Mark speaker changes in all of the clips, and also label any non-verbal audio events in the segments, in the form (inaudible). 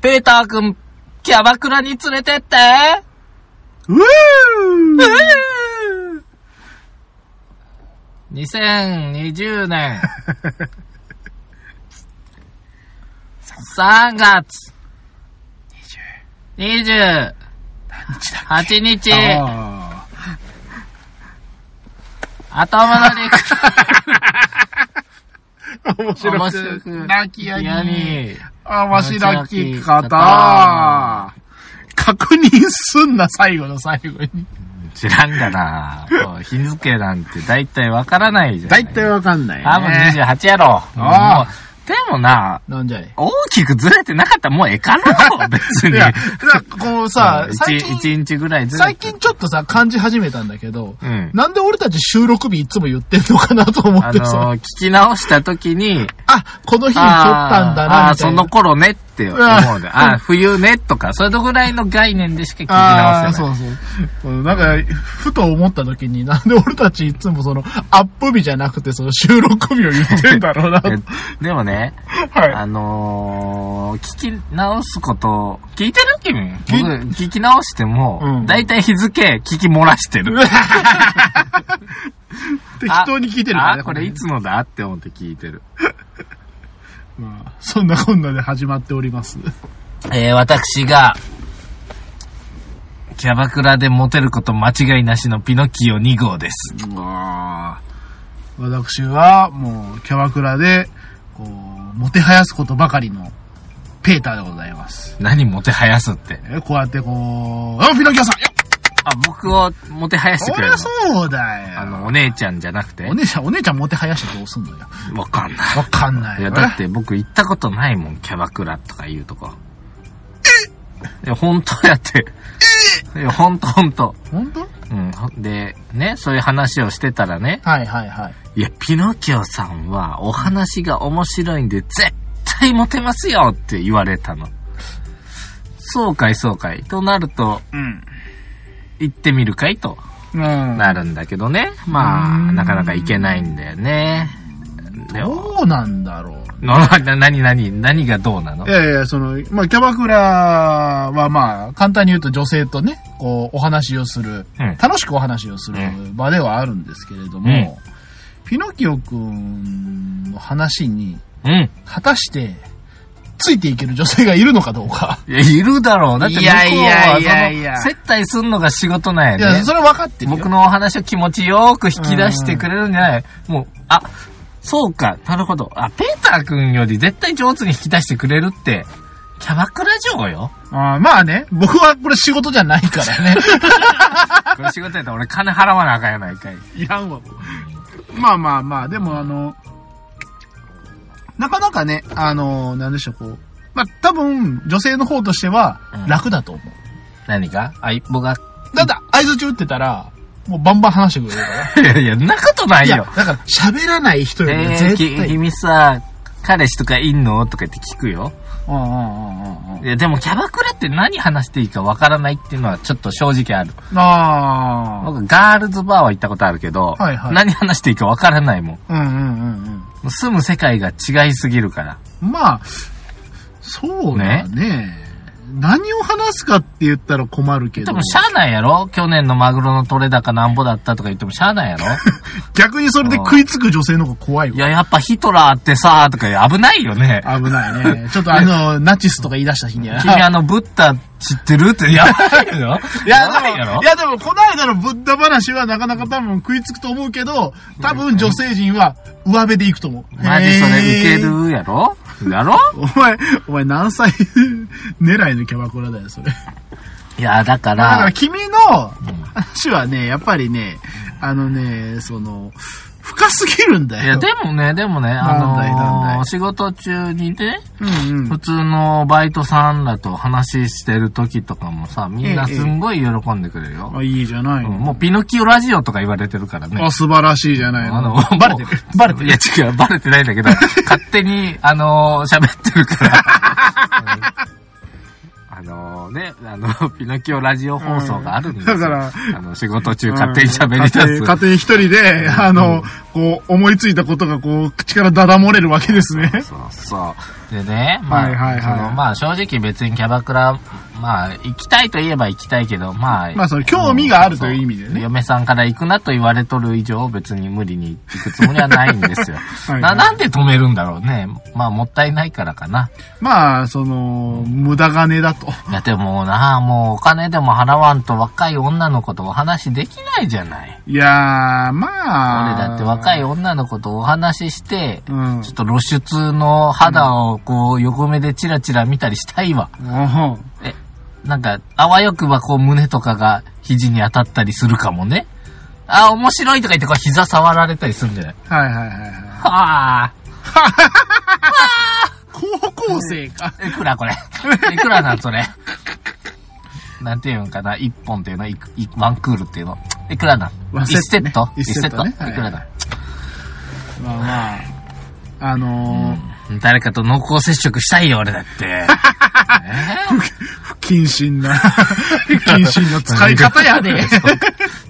Speaker 1: ペーターくん、キャバクラに連れてって
Speaker 2: うぅー
Speaker 1: !2020 年 (laughs) 3月28日、
Speaker 2: あ
Speaker 1: 頭の陸
Speaker 2: あ。
Speaker 1: 上
Speaker 2: 面
Speaker 1: 面
Speaker 2: 白
Speaker 1: 白
Speaker 2: く
Speaker 1: く、
Speaker 2: なきやに、
Speaker 1: に、
Speaker 2: 面白き方。確認すんな、最後の最後に。
Speaker 1: 知らんがな。こう日付なんて大体わからないじゃん。
Speaker 2: だいたいわかんないね。
Speaker 1: あ、もう28やろ。
Speaker 2: ああ
Speaker 1: もうでもな、
Speaker 2: なんじゃい
Speaker 1: 大きくずれてなかったらもうええか
Speaker 2: (laughs)
Speaker 1: な、別
Speaker 2: い
Speaker 1: に。
Speaker 2: や、なんかこうさ、最
Speaker 1: 一
Speaker 2: 近、
Speaker 1: 一日ぐらいずれ
Speaker 2: 最
Speaker 1: て。
Speaker 2: 近ちょっとさ、感じ始めたんだけど、
Speaker 1: うん。
Speaker 2: なんで俺たち収録日いつも言ってんのかなと思
Speaker 1: あ
Speaker 2: ってさ、
Speaker 1: のー、聞き直した時 (laughs) に、
Speaker 2: あ、この日に撮ったんだ
Speaker 1: あー
Speaker 2: な、
Speaker 1: あー、
Speaker 2: みた
Speaker 1: そ
Speaker 2: いな
Speaker 1: の。頃ねって思う
Speaker 2: う
Speaker 1: (laughs)
Speaker 2: ん
Speaker 1: で。あー、冬ねとか、それぐらいの概念でしか聞き
Speaker 2: あ
Speaker 1: 直
Speaker 2: あ、
Speaker 1: せない。
Speaker 2: そうそう。なんか、ふと思った時に、なんで俺たちいつもその、アップ日じゃなくて、その収録日を言ってんだろうな。はい。
Speaker 1: えでもね、あのー、聞き直すこと、聞いてる君僕、聞き直して
Speaker 2: う
Speaker 1: も
Speaker 2: ん、
Speaker 1: だいたい日付聞き漏らしてる。
Speaker 2: (laughs) 適当に聞いてるから
Speaker 1: あ
Speaker 2: ね。
Speaker 1: ー、これいつのだって思って聞いてる。
Speaker 2: まあそんなこんなで始まっております。
Speaker 1: えー、私が、キャバクラでモテること間違いなしのピノキオ2号です。
Speaker 2: 私は、もう、キャバクラで、こう、もてはやすことばかりの、ペーターでございます。
Speaker 1: 何モテはやすって。
Speaker 2: え、こうやってこう、あ、ピノキオさんよっ
Speaker 1: あ、僕をモテはやして
Speaker 2: そ
Speaker 1: く
Speaker 2: り
Speaker 1: れ
Speaker 2: ゃ
Speaker 1: る
Speaker 2: そう
Speaker 1: のあ
Speaker 2: だよ。
Speaker 1: の、お姉ちゃんじゃなくて
Speaker 2: お姉ちゃん、お姉ちゃんもてはやしてどうすんのよ。
Speaker 1: わかんない。
Speaker 2: わかんない
Speaker 1: い
Speaker 2: よ
Speaker 1: や、
Speaker 2: ね。
Speaker 1: だって僕行ったことないもん、キャバクラとかいうとこ。えいや、本当や
Speaker 2: (laughs)
Speaker 1: って。いや、本当本当。
Speaker 2: 本当
Speaker 1: うん。ほんで、ね、そういう話をしてたらね、
Speaker 2: はいはいはい。
Speaker 1: いや、ピノキオさんはお話が面白いんで絶対モテますよって言われたの。そうかいそうかい。となると、
Speaker 2: うん。
Speaker 1: 行ってみるかいと
Speaker 2: うん。
Speaker 1: なるんだけどね。ま
Speaker 2: う
Speaker 1: あ、
Speaker 2: ん
Speaker 1: なかなか行けないんだよね。でも、
Speaker 2: どうなんだろう。
Speaker 1: な、な、なになに、何がどうなの
Speaker 2: いやいや、その、まあ、キャバクラはまあ、簡単に言うと女性とね、こう、お話をする、
Speaker 1: うん
Speaker 2: 楽しくお話をする
Speaker 1: う
Speaker 2: 場ではあるんですけれども、ピノキオくんの話に、
Speaker 1: うん。
Speaker 2: 果たして、ついていける女性がいるのかどうか。
Speaker 1: いや、いるだろう。だって向こうはその、
Speaker 2: いやいやいやいや
Speaker 1: 接待すんのが仕事なん
Speaker 2: い
Speaker 1: や
Speaker 2: や、
Speaker 1: ね。
Speaker 2: それは分かってるよ。
Speaker 1: 僕のお話を気持ちよく引き出してくれるんじゃないもう、あ、そうか、なるほど。あ、ペーター君より絶対上手に引き出してくれるって、キャバクラ嬢よ。
Speaker 2: あーまあね、僕はこれ仕事じゃないからね。
Speaker 1: これ仕事やったら俺金払わなあかんやないか
Speaker 2: (laughs)
Speaker 1: い。
Speaker 2: いらんわ、まあまあまあ、でもあの、なかなかね、あの、なんでしょう、こう。まあ、多分、女性の方としては
Speaker 1: うん、
Speaker 2: 楽だと思う。
Speaker 1: 何かあい、僕が。
Speaker 2: だって、合図中打ってたら、もうバンバン話してくれるから。
Speaker 1: (laughs) いやいや、んなことないい
Speaker 2: や、だ
Speaker 1: よ。
Speaker 2: から、喋らない
Speaker 1: (laughs)
Speaker 2: 人より
Speaker 1: え
Speaker 2: ね
Speaker 1: ー、
Speaker 2: 絶
Speaker 1: き
Speaker 2: 対。
Speaker 1: 君さ、彼氏とかいんのとか言って聞くよ。
Speaker 2: うんうんうんうんうん
Speaker 1: いや、でもキャバクラって何話していいかわからないっていうのはちょっと正直ある。
Speaker 2: あ
Speaker 1: 僕、ガールズバーは行ったことあるけど、
Speaker 2: はいはい
Speaker 1: 何話していいかわからないもん。
Speaker 2: あ。うんうんうん
Speaker 1: 住む世界が違いすぎるから。
Speaker 2: うん。まあ、そうだね。何を話すかって言ったら困るけ
Speaker 1: で
Speaker 2: ど
Speaker 1: も、、しゃあないやろ去年のマグロの取れ高なんぼだったとか言ってもしゃあないやろ (laughs)
Speaker 2: 逆にそれで食いつく女性の方が怖いわ
Speaker 1: い。や、やっぱヒトラーってさ、とか危ないよ
Speaker 2: (laughs)
Speaker 1: ね。
Speaker 2: 危ないね。ちょっと
Speaker 1: (laughs)
Speaker 2: あの、ナチスとか言い出した日には。
Speaker 1: 君あの、ブッダ知ってるってやばいやろ
Speaker 2: い (laughs)
Speaker 1: (laughs)
Speaker 2: や、
Speaker 1: ばい
Speaker 2: で
Speaker 1: や
Speaker 2: も
Speaker 1: ろ
Speaker 2: いや、でも、この間のブッダ話はなかなか多分食いつくと思うけど、多分女性陣は上辺で行くと思う。
Speaker 1: マジそれウ
Speaker 2: い
Speaker 1: ケ。るやろやろ
Speaker 2: お前、お前何歳 (laughs) 狙いのキャバクラだよ、それ。だ
Speaker 1: いや、だか
Speaker 2: からら、君の話はね、やっぱりね、あのね、その、深すぎるんだ
Speaker 1: いや、
Speaker 2: よ。
Speaker 1: でもね、でもね、あ
Speaker 2: なんだいなんだ
Speaker 1: の
Speaker 2: い
Speaker 1: ー、仕事中にね、
Speaker 2: うんうん
Speaker 1: 普。通のバイトさんらと話してる時とかもさ、みんなすんごい喜んでくれるよ。
Speaker 2: あ、いいじゃない
Speaker 1: うん
Speaker 2: の。
Speaker 1: もうピノキオラジオとか言われてるからね
Speaker 2: あ、。素晴らしいじゃない
Speaker 1: あ
Speaker 2: の。
Speaker 1: の、バ (laughs) レてる。バレてる。いや、違う、バレてないん
Speaker 2: (laughs)
Speaker 1: だけど、 (laughs) 勝手に、あのー、喋ってるから。うんあのね、あの、ピノキオラジオ放送があるんですよ。
Speaker 2: うんだから
Speaker 1: あの、仕事中勝手に喋り出す。
Speaker 2: うん勝手に勝手に一人で、あの、こう、思いついたことが、こう、口からだだ漏れるわけ
Speaker 1: (laughs)
Speaker 2: ですね。
Speaker 1: そうそう。でね、まあ、
Speaker 2: はいはいはい
Speaker 1: そのまあ正直別にキャバクラ、まあ行きたいと言えば行きたいけど、まあ。
Speaker 2: まあその興味があるという意味でね
Speaker 1: そそ嫁さんから行くなと言われとる以上、別に無理に行くつもりはないんですよ。
Speaker 2: い (laughs) はい
Speaker 1: ななんで止めるんだろうね。まあもったいないからか
Speaker 2: (laughs)
Speaker 1: な。
Speaker 2: まあ、その、無駄金だと。
Speaker 1: だってもうな、もうお金でも払わんと若い女の子とお話できないじゃない。
Speaker 2: いやー、まあ。
Speaker 1: 俺だって若い女の子とお話しして、
Speaker 2: うん
Speaker 1: ちょっと露出の肌をこう横目でチラチラ見たりしたいわ。
Speaker 2: うん。
Speaker 1: え、なんか、あわよくばこう胸とかが肘に当たったりするかもね。あ、面白いとか言ってこう膝触られたりするんじゃない
Speaker 2: はいはいはいはい。
Speaker 1: はあ。
Speaker 2: 高校生か。
Speaker 1: (laughs) いくらこれ。いくらなんそれ。 (laughs) なんていうんかな。一本っていうのいくいワンクールっていうの。いくらなん
Speaker 2: ワン
Speaker 1: 一
Speaker 2: セ
Speaker 1: セ
Speaker 2: ッ
Speaker 1: ッ
Speaker 2: ト
Speaker 1: ト
Speaker 2: ね
Speaker 1: 一セット
Speaker 2: 一セットね
Speaker 1: いくらだ、
Speaker 2: まあまあ。あのー、
Speaker 1: 誰かと濃厚接触したいよ、俺だ
Speaker 2: (laughs)
Speaker 1: って。ね
Speaker 2: 不謹
Speaker 1: (laughs)
Speaker 2: 慎な、不謹慎な使い方やね。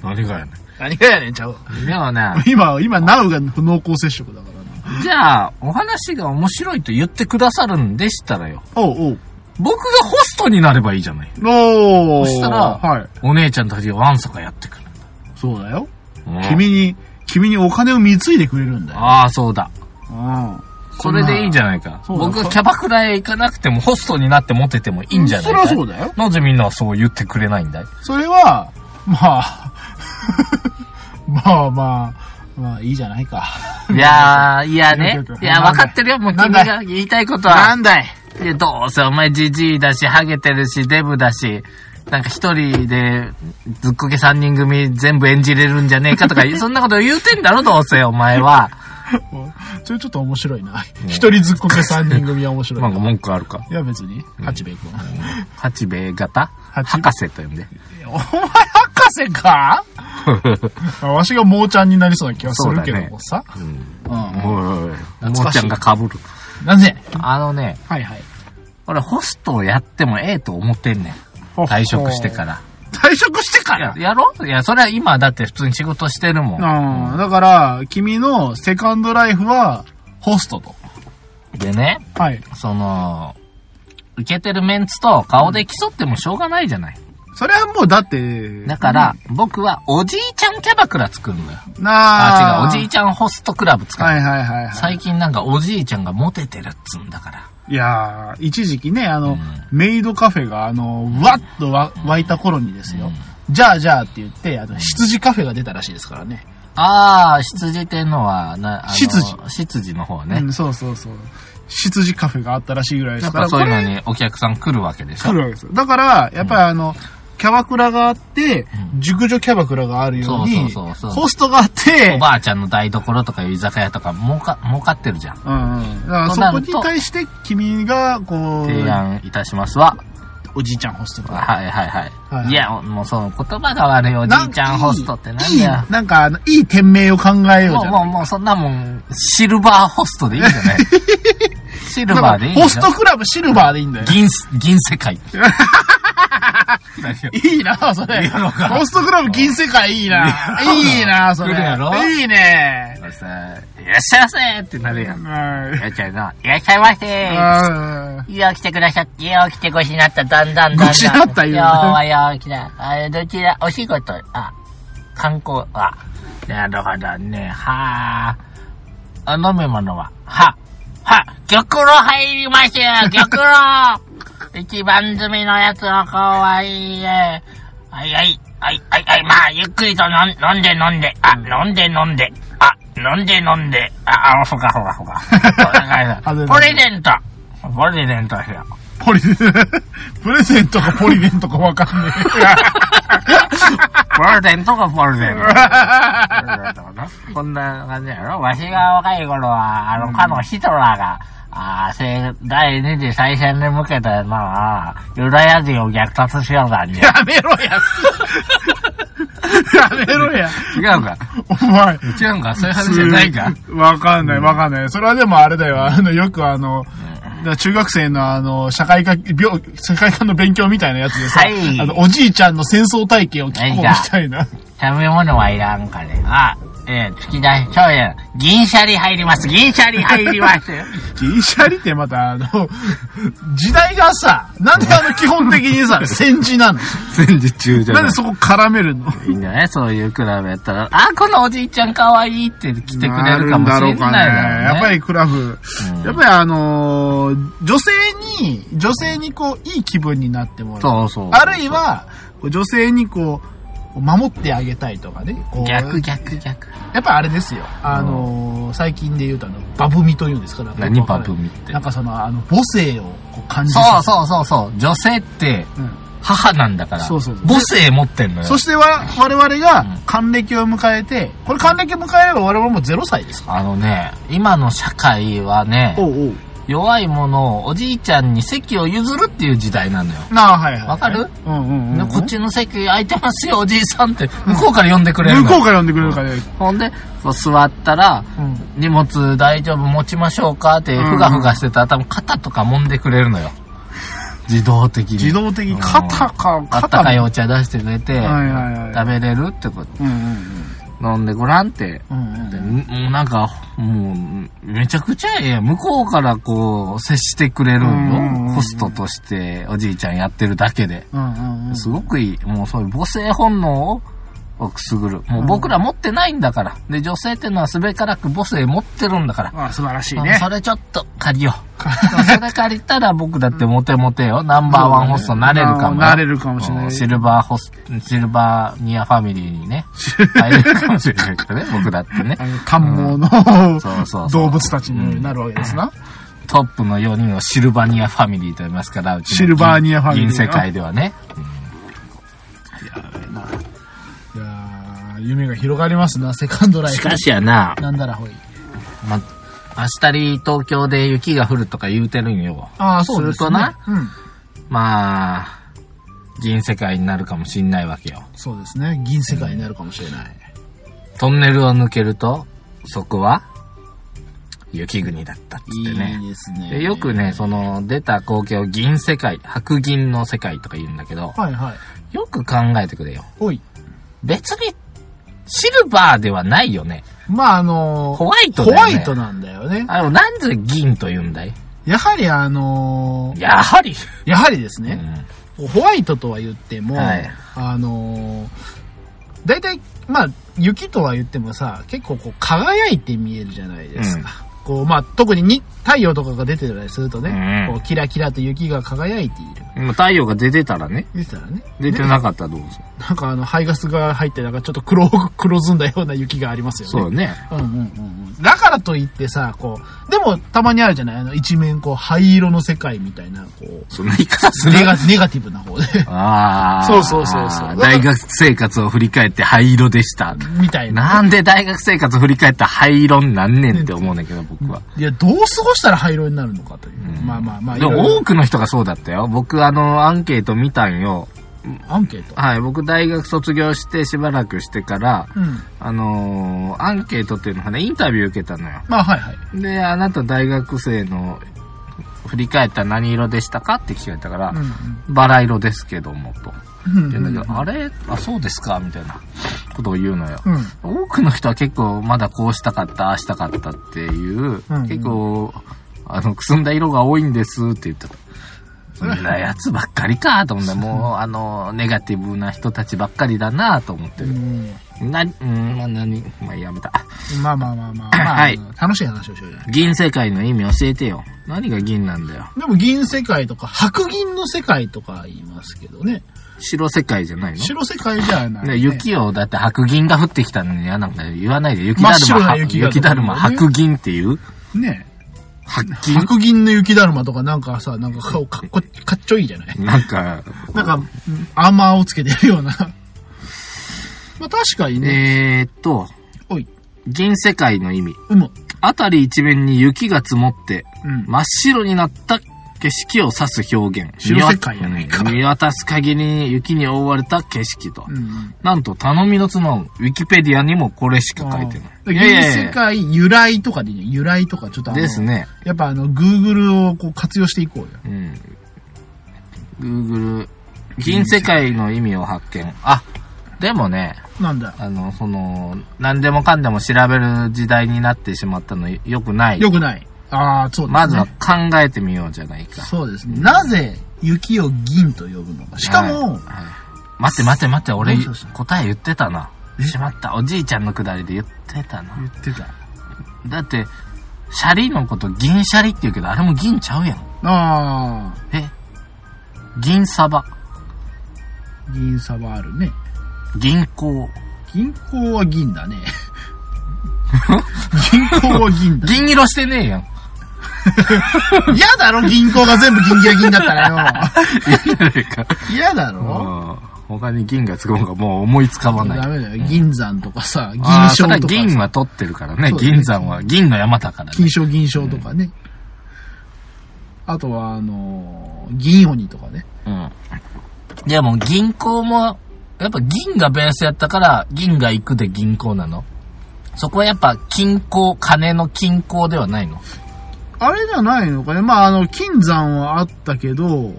Speaker 1: 何がやね
Speaker 2: 何がやねん、ちゃう。
Speaker 1: ん。でもな、
Speaker 2: 今、今、ナウが濃厚接触だからな。
Speaker 1: じゃあ、お話が面白いと言ってくださるんでしたらよ。
Speaker 2: おうおう。
Speaker 1: 僕がホストになればいいじゃない。
Speaker 2: おー。
Speaker 1: そしたら、
Speaker 2: はい。
Speaker 1: お姉ちゃんたちがワンサかやってくる。
Speaker 2: そうだよ。
Speaker 1: うん
Speaker 2: 君に、君にお金を貢いでくれるんだよ。
Speaker 1: ああ、そうだ。
Speaker 2: うん。
Speaker 1: それでいいじ
Speaker 2: ゃ
Speaker 1: ゃないか。
Speaker 2: そうだ
Speaker 1: 僕がキャバクラへ行かなくてもホストになってモテてもいいんじゃないかい。
Speaker 2: そりゃそうだよ。
Speaker 1: なぜみんなはそう言ってくれないんだい
Speaker 2: それは、まあ、 (laughs) まあまあ、まあいいじゃないか。
Speaker 1: (laughs) いやー、いやね。いや、
Speaker 2: なん
Speaker 1: 分
Speaker 2: だい
Speaker 1: かってるよ。もう
Speaker 2: な
Speaker 1: 君
Speaker 2: んだい
Speaker 1: が言いたいことは。
Speaker 2: んだい
Speaker 1: いや、どうせお前ジジイだし、ハゲてるし、デブだし、なんか一人で、ずっこけ三人組全部演じれるんじゃねえかと (laughs) か、そんなこと言うてんだろ、どうせお前は。
Speaker 2: それちょっと面白いな。一人ずっこけ三人組は面白
Speaker 1: (laughs)
Speaker 2: い
Speaker 1: な
Speaker 2: な。
Speaker 1: んか文句あるか。
Speaker 2: いや別に、八兵衛君は。
Speaker 1: 八兵衛型
Speaker 2: 八
Speaker 1: 博士と呼んで。
Speaker 2: お前博
Speaker 1: (laughs)
Speaker 2: 士かわしがもうちゃんになりそうな気がするけどもさ。うん
Speaker 1: おいおい、
Speaker 2: 懐
Speaker 1: も
Speaker 2: か
Speaker 1: う
Speaker 2: し
Speaker 1: ちゃ
Speaker 2: い
Speaker 1: んが被る。
Speaker 2: なぜ
Speaker 1: あのね、
Speaker 2: はいはい。。
Speaker 1: 俺ホストをやってもええと思ってんねん。退職してからら。
Speaker 2: 退職してか
Speaker 1: い
Speaker 2: ら
Speaker 1: や、やろいや、それは今だって普通に仕事してるもん。
Speaker 2: うん。だから、君のセカンドライフは、ホストと。
Speaker 1: でね、
Speaker 2: はい。
Speaker 1: その、受けてるメンツと顔で競ってもしょうがないじゃない。
Speaker 2: それはもうだって、
Speaker 1: だから、僕はおじいちゃんキャバクラ作るのよ。あ、
Speaker 2: な
Speaker 1: 違う、おじいちゃんホストクラブ作る。
Speaker 2: はいはいはいは
Speaker 1: 最近なんかおじいちゃんがモテてるっつうんだから。
Speaker 2: い。いやー一時期ね、あ
Speaker 1: う
Speaker 2: の、
Speaker 1: ん
Speaker 2: メイドカフェが、あの、わっとわ湧いた頃にですよ、じゃあじゃあって言って、あの、羊カフェが出たらしいですからね。
Speaker 1: ああ、羊っていうのは、な、あの
Speaker 2: 執事。
Speaker 1: 執事の方
Speaker 2: う
Speaker 1: ね。
Speaker 2: ん、そうそうそう。羊カフェがあったらしいぐらいで
Speaker 1: や
Speaker 2: す
Speaker 1: っ
Speaker 2: から、
Speaker 1: ぱそういう
Speaker 2: こ
Speaker 1: の
Speaker 2: れ
Speaker 1: にお客さん来るわけでしょ
Speaker 2: 来るわけですよ。だから、やっぱりあの、キャバクラがあって、熟女キャバクラがあるように、
Speaker 1: そうそうそうそう
Speaker 2: ホストがあって
Speaker 1: お、ばあちゃんの台所とかいう居酒屋とか儲か、儲かってるじゃん。
Speaker 2: うんうん。だから
Speaker 1: と
Speaker 2: そ
Speaker 1: な
Speaker 2: こ
Speaker 1: る
Speaker 2: に
Speaker 1: と
Speaker 2: 対して君が、こ
Speaker 1: 提
Speaker 2: う、
Speaker 1: 案いたしますわ。
Speaker 2: おじいちゃんホストとか。
Speaker 1: はいはい
Speaker 2: は
Speaker 1: はいい。いや、もうその言葉が悪いおじいちゃんホストってなん
Speaker 2: いい
Speaker 1: だよ。
Speaker 2: なんかあの、いい店名を考えよう
Speaker 1: も
Speaker 2: じ
Speaker 1: う
Speaker 2: ゃ
Speaker 1: も
Speaker 2: ん。
Speaker 1: うもうそんなもん、シルバーホストでいいんじゃ
Speaker 2: (laughs)
Speaker 1: ないシルバーでいいんじゃ
Speaker 2: ホ
Speaker 1: ない
Speaker 2: ストクラブシルバーでいいんだよ。
Speaker 1: 銀す、銀
Speaker 3: (laughs)
Speaker 1: 世界。何よ
Speaker 2: いいなそれ。
Speaker 1: いいのか
Speaker 2: ホストクラブ銀世界いいな。いいなそれ。
Speaker 1: 来るやろ
Speaker 2: いいね。
Speaker 1: さいらっしゃいませってなるやん。
Speaker 2: はい
Speaker 1: やっちゃうな。いらっしゃいませ
Speaker 2: あ
Speaker 3: よう来てくださって、よう来てごしになった、だんだんだんだん。
Speaker 2: ごちになったよ
Speaker 3: ようはよう来た。あどちら、お仕事、あ、観光、あ、
Speaker 1: なるほどね。はあ。あ飲み物は、は、は、
Speaker 3: 玉露入りますよ、玉露一番摘みのやつの方はいいえ。はいはい、はいはいはい、まあ、ゆっくりと飲ん飲んで飲んで、あ、飲んで飲んで、あ、飲んで飲んで、あ、あ、ほかほかほか。お願い
Speaker 1: (laughs)
Speaker 3: だ
Speaker 2: あどうぞ
Speaker 3: プレゼント、プレゼントしよう。
Speaker 2: ーポリ、 (laughs) プレゼントかポリデントかわかんね
Speaker 1: ボルデンとかボル (laughs) デン。
Speaker 2: え。
Speaker 1: こんな感じやろ
Speaker 3: わしが若い頃は、あの、かのヒトラーが、ああ、せ第二次大戦に向けて、まあ、ユダヤ人を虐殺しようだんじゃ。
Speaker 2: やめろや。やめ
Speaker 1: (laughs)
Speaker 2: ろや。
Speaker 1: (laughs)
Speaker 2: (laughs)
Speaker 1: 違うか
Speaker 2: お前。
Speaker 1: 違うんかそういう話じゃないか
Speaker 2: わかんないわかんない。それはでもあれだよ。あの、よくあの、から中学生のあの、社会科、病、社会科の勉強みたいなやつでさ、
Speaker 3: はい
Speaker 2: あの、おじいちゃんの戦争体験を聞こうみたいな。
Speaker 3: 食べ物はいらんかね。あ、えー、突き出し、そうや。銀シャリ入ります。銀シャリ入ります。
Speaker 2: 銀シャリってまたあの、時代がさ、なんであの基本
Speaker 1: (laughs)
Speaker 2: 的にさ、戦時なの
Speaker 1: 戦時中じゃ
Speaker 2: なん
Speaker 1: ない。
Speaker 2: でそこ絡めるの
Speaker 1: いいんじゃないそういうクラブやったら、あ、このおじいちゃんかわいいって来てくれるかもしれないだろうね。
Speaker 2: やっぱりクラブ、
Speaker 1: うん
Speaker 2: やっぱりあのー女性に、女性にこう、いい気分になってもらう。
Speaker 1: そうそう。
Speaker 2: あるいは、女性にこう、守ってあげたいとかね。こう
Speaker 1: 逆逆逆。
Speaker 2: やっぱあれですよ。あのー最近で言うとあの、バブミというんですかなんか
Speaker 1: 何バブミって
Speaker 2: なんかその、あの、母性をこう感じ
Speaker 1: そう
Speaker 2: させ
Speaker 1: そうそうそう。女性って
Speaker 2: る。うん
Speaker 1: 母なんだから、
Speaker 2: そうそうそう
Speaker 1: 母性持ってんのよ。
Speaker 2: そしては、我々が還暦を迎えて、これ還暦を迎えれば我々も0歳ですか
Speaker 1: あのね、今の社会はね、
Speaker 2: おうおう。
Speaker 1: 弱いものをおじいちゃんに席を譲るっていう時代なのよ。
Speaker 2: なあ、はいはいはい。
Speaker 1: わかる
Speaker 2: うんうんうんうん。
Speaker 1: こっちの席空いてますよ、おじいさんって、向こうから呼んでくれる
Speaker 2: 向
Speaker 1: の。
Speaker 2: こうから呼んでくれるからね。
Speaker 1: ほんで、こう座ったら、
Speaker 2: うん。
Speaker 1: 荷物大丈夫持ちましょうかって、
Speaker 2: うん
Speaker 1: ふがふがしてたら多分肩とか揉んでくれるのよ。自動的に。
Speaker 2: 自動的に肩か、
Speaker 1: あっ
Speaker 2: 肩
Speaker 1: たかいお茶出してくれて、
Speaker 2: はいはいはい。
Speaker 1: 食べれるってこと。
Speaker 2: うんうん
Speaker 1: 飲んでごらんって。
Speaker 2: うん。うんう
Speaker 1: で
Speaker 2: ん。
Speaker 1: もうなんか、もう、めちゃくちゃええやん向こうからこう、接してくれる
Speaker 2: うん
Speaker 1: んよ。ホストとして、おじいちゃんやってるだけで。
Speaker 2: うんうんうん。
Speaker 1: すごくいい。もうそういう母性本能をくすぐる。もう僕ら持ってないんだから。で、女性ってのはすべからく母性持ってるんだから。
Speaker 2: あ素晴らしい
Speaker 1: うん
Speaker 2: ね。
Speaker 1: それちょっと借りよ
Speaker 2: (laughs)
Speaker 1: う。それ借りたら僕だってモテモテよ。ナンバーワンホストなれるかもよ。
Speaker 2: なれるかもしれな
Speaker 1: う
Speaker 2: い。
Speaker 1: んシルバーホスト、シルバーニアファミリーに
Speaker 2: (laughs)
Speaker 1: ね、入れるかもしれないからね、僕だってね。
Speaker 2: あの、短毛
Speaker 1: そうそう
Speaker 2: の
Speaker 1: そう
Speaker 2: 動物たちになるわけですな。
Speaker 1: トップの4人をシルバニアファミリーと言いますから、うちの
Speaker 2: シルバニアファミリー
Speaker 1: 銀世界ではね。
Speaker 2: いやー夢が広がりますな、セカンドライ
Speaker 1: し
Speaker 2: フ
Speaker 1: か。しやな、
Speaker 2: なんだらほい。
Speaker 1: ま、明日に東京で雪が降るとか言うてるんよ。
Speaker 2: ああ、
Speaker 1: そうですね
Speaker 2: るとな。うん。
Speaker 1: まあ、銀世界になるかもしんないわけよ。
Speaker 2: そうですね。銀世界になるかもしれない。
Speaker 1: トンネルを抜けると、そこは、雪国だったっつってね。
Speaker 2: いです
Speaker 1: でよく。ね、その、出た光景を銀世界、白銀の世界とか言うんだけど、
Speaker 2: はいはい。
Speaker 1: よく考えてくれよ。
Speaker 2: ほい。
Speaker 1: 別に、シルバーではないよね。
Speaker 2: まあ、あのー
Speaker 1: ホワイト
Speaker 2: ホ
Speaker 1: だよ
Speaker 2: ワ
Speaker 1: ね。
Speaker 2: イトなんだよね。
Speaker 1: あの、なんで銀と言うんだい
Speaker 2: やはりあのー
Speaker 1: やはり。
Speaker 2: やはりです
Speaker 1: う
Speaker 2: ね、
Speaker 1: ん
Speaker 2: ホワイトとは言っても、
Speaker 1: はい
Speaker 2: あのー、大体、まあ、雪とは言ってもさ、結構こう輝いて見えるじゃないですか。こう、まあ、特にに太陽とかが出てたりするとね、
Speaker 1: うん
Speaker 2: こうキラキラと雪が輝いている。
Speaker 1: 今太陽が出てたらね。
Speaker 2: ですからね。
Speaker 1: 出てなかったらどうぞ。
Speaker 2: なんかあの、排ガスが入って、なんかちょっと黒、 (laughs) 黒ずんだような雪がありますよね。
Speaker 1: そうね。
Speaker 2: うんうんうんうん。だからといってさ、こう、でもたまにあるじゃないあの、一面こう、灰色の世界みたいな、こう、
Speaker 1: そんな言い方する
Speaker 2: ネガ (laughs) ネガティブな方で、
Speaker 1: ああ。
Speaker 2: そうそうそうそう
Speaker 1: 大学生活を振り返って灰色でした。
Speaker 2: みたいな。
Speaker 1: なんで大学生活を振り返ったら灰色になんねんって思うねんだけど、僕は。
Speaker 2: いや、どう過ごしたら灰色になるのかという。まあまあまあ、い
Speaker 1: で
Speaker 2: ろい
Speaker 1: も
Speaker 2: ろ
Speaker 1: 多くの人がそうだったよ。僕、あの、アンケート見たんよ。
Speaker 2: アンケート。
Speaker 1: はい、僕大学卒業してしばらくしてから、
Speaker 2: うん。
Speaker 1: あのーアンケートっていうのかな、インタビュー受けたのよ。
Speaker 2: まあはいはい。
Speaker 1: で、あなた大学生の振り返ったら何色でしたかって聞かれたから、
Speaker 2: う
Speaker 1: バラ色ですけども、と。
Speaker 2: んうん。
Speaker 1: 言うんだけど、あれあ、そうですかみたいなことを言うのよ。
Speaker 2: うん。
Speaker 1: 多くの人は結構まだこうしたかった、ああしたかったっていう、
Speaker 2: うん
Speaker 1: 結構、あの、くすんだ色が多いんですって言ってた。そんなやつばっかりかと思って、もう、あの、ネガティブな人たちばっかりだなと思ってる。な、うん、まあ、何、まあ、やめた。
Speaker 2: うんまあまあまあまあ、まあ、
Speaker 1: はい
Speaker 2: 楽しい話をしようじゃない。
Speaker 1: 銀世界の意味教えてよ。何が銀なんだよ。
Speaker 2: でも銀世界とか白銀の世界とか言いますけどね。
Speaker 1: 白世界じゃないの
Speaker 2: 白世界じゃない、
Speaker 1: ね
Speaker 2: ね。
Speaker 1: 雪を、だって白銀が降ってきたのに、あなんか言わないで、雪だ
Speaker 2: 真っ
Speaker 1: るま
Speaker 2: 白な
Speaker 1: は、
Speaker 2: 雪が
Speaker 1: 雪だるま、
Speaker 2: とかね
Speaker 1: 白銀っていう
Speaker 2: ね。
Speaker 1: 白銀
Speaker 2: 白銀の雪だるまとかなんかさ、なんか顔かっこ、かっちょいいじゃない
Speaker 1: なんか、
Speaker 2: なんか、アーマーをつけてるような。 (laughs) まあ確かにね、
Speaker 1: えー、っと、
Speaker 2: おい、
Speaker 1: 銀世界の意味。
Speaker 2: うむ。
Speaker 1: あたり一面に雪が積もって、
Speaker 2: うん。
Speaker 1: 真っ白になった景色を指す表現。
Speaker 2: 白世界やないか
Speaker 1: 見渡す限りに雪に覆われた景色と。
Speaker 2: うん。
Speaker 1: なんと、頼みの綱のウィキペディアにもこれしか書いてない。
Speaker 2: 原始世界由来とかでいいね。由来とかちょっとあの、
Speaker 1: ですね。
Speaker 2: やっぱあの、Google をこう活用していこうよ。
Speaker 1: うん。Google、銀世界の意味を発見。あ、でもね、
Speaker 2: なんだ。
Speaker 1: あの、その、何でもかんでも調べる時代になってしまったの良くない。
Speaker 2: よくない。ああ、そうですね。
Speaker 1: まずは考えてみようじゃないか。
Speaker 2: そうですね。なぜ雪を銀と呼ぶのか。しかも、
Speaker 1: はい待って待って待って、俺
Speaker 2: どうした、
Speaker 1: 答え言ってたな。
Speaker 2: え
Speaker 1: しまった。おじいちゃんのくだりで言ってたな。
Speaker 2: 言ってた。
Speaker 1: だって、シャリのこと銀シャリって言うけど、あれも銀ちゃうやん。
Speaker 2: ああ、
Speaker 1: え銀サバ、
Speaker 2: 銀差はあるね。
Speaker 1: 銀行。
Speaker 2: 銀行は
Speaker 1: (laughs)
Speaker 2: 銀だね。銀行は銀だ。
Speaker 1: 銀色してねえや
Speaker 2: (laughs)
Speaker 1: ん。
Speaker 2: 嫌だろ、銀行が全部銀ギ銀だった
Speaker 1: (laughs)
Speaker 2: らよ。嫌だろ。
Speaker 1: うん他に銀がつくもんがもう思いつかま
Speaker 2: ダ
Speaker 1: ない。
Speaker 2: メだよ。銀山とかさ、銀
Speaker 1: あー
Speaker 2: 賞
Speaker 1: それは
Speaker 2: とか
Speaker 1: 銀
Speaker 2: さ、
Speaker 1: は取ってるからね。
Speaker 2: そうだね
Speaker 1: 銀山は、銀の山だからね
Speaker 2: 金。賞銀賞とかね。あとは、あのー、銀鬼とかね。
Speaker 1: うん。でも銀行も、やっぱ銀がベースやったから、銀が行くで銀行なのそこはやっぱ金行、金の金行ではないの
Speaker 2: あれじゃないのかね。まあ、あの、金山はあったけど、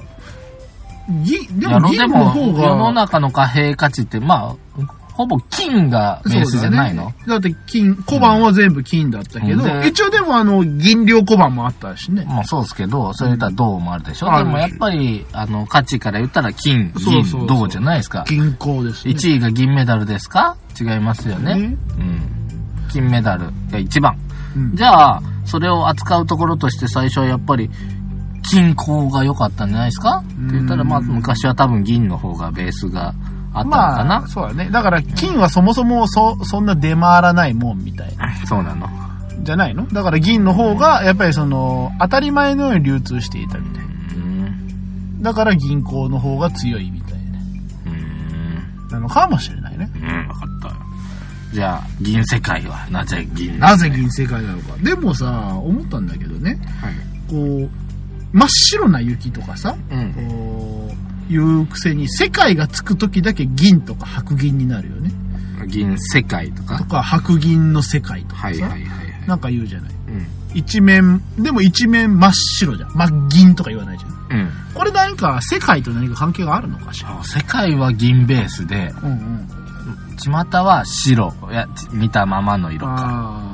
Speaker 2: 銀、で
Speaker 1: いや
Speaker 2: も
Speaker 1: ろ
Speaker 2: 銀の方が。
Speaker 1: 世の中の貨幣価値って、まあ、ほぼ金がベースじゃないの、
Speaker 2: そうだ,、ね、だって金、小判は全部金だったけど、
Speaker 1: うんうん
Speaker 2: 一応でもあの、銀両小判もあったしね。
Speaker 1: まあそうですけど、それとは銅もあるでしょ、
Speaker 2: うんあ
Speaker 1: で
Speaker 2: るでし
Speaker 1: も
Speaker 2: ょ
Speaker 1: やっぱり、あの、価値から言ったら金、
Speaker 2: そう
Speaker 1: 銀、
Speaker 2: そうそう
Speaker 1: 銅じゃないですか。
Speaker 2: 銀行ですね。
Speaker 1: 1位が銀メダルですか違いますよね。
Speaker 2: ね
Speaker 1: うん。金メダルが1番。
Speaker 2: うん
Speaker 1: じゃあ、それを扱うところとして最初はやっぱり、金鉱が良かったんじゃないですかって言ったら、
Speaker 2: うん
Speaker 1: まあ昔は多分銀の方がベースがあったのかな、
Speaker 2: まあ、そうだね。だから、金はそもそもそ、そんな出回らないもんみたいな。
Speaker 1: そうなの。
Speaker 2: じゃないのだから銀の方が、やっぱりその、当たり前のように流通していたみたいな。
Speaker 1: うん。
Speaker 2: だから銀行の方が強いみたいな。
Speaker 1: うん。
Speaker 2: なのかもしれないね。
Speaker 1: うん、わかったよ。じゃあ、銀世界はなぜ銀
Speaker 2: なぜ銀世界なのか。でもさ、思ったんだけどね、
Speaker 1: はい。
Speaker 2: こう、真っ白な雪とかさ、
Speaker 1: うん。
Speaker 2: こういうくせに世界がつく時だけ銀とか白銀になるよね
Speaker 1: 銀世界とか
Speaker 2: と。か白銀の世界と
Speaker 1: は
Speaker 2: か
Speaker 1: い
Speaker 2: さ、
Speaker 1: はいはいはい。
Speaker 2: なんか言うじゃない
Speaker 1: うん。
Speaker 2: 一面でも一面真っ白じゃん真銀とか言わないじゃん
Speaker 1: うん。
Speaker 2: これ何か世界と何か関係があるのかしら
Speaker 1: 世界は銀ベースで、
Speaker 2: うんうん
Speaker 1: 巷は白。いや、ち見たままの色か。
Speaker 2: あ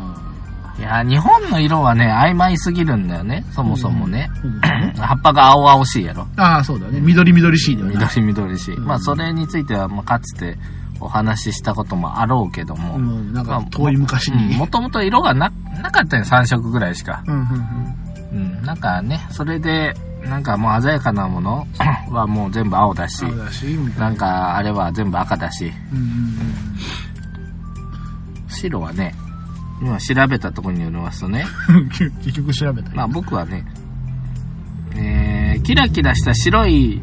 Speaker 1: いや、日本の色はね、曖昧すぎるんだよね。そもそもね。
Speaker 2: ー、うんね、
Speaker 1: (laughs) 葉っぱが青々しいやろ。
Speaker 2: ああそうだね緑緑しいではない、
Speaker 1: 緑緑しい。
Speaker 2: うん
Speaker 1: まあ、それについては、まあ、かつてお話ししたこともあろうけども。
Speaker 2: うん、なん
Speaker 1: まあ
Speaker 2: か遠い昔に、
Speaker 1: もともと色がな、なかったよ、3色ぐらいしか。
Speaker 2: うんうん
Speaker 1: うん。なんかね、それで、なんかもう鮮やかなもの (coughs) はもう全部青だし
Speaker 2: うん、そうだしみた
Speaker 1: ないんかあれは全部赤だし、
Speaker 2: うんうん
Speaker 1: 白はね、今調べたところによりますとね、
Speaker 2: うん結局調べた
Speaker 1: まあ僕はね、えー、キラキラした白い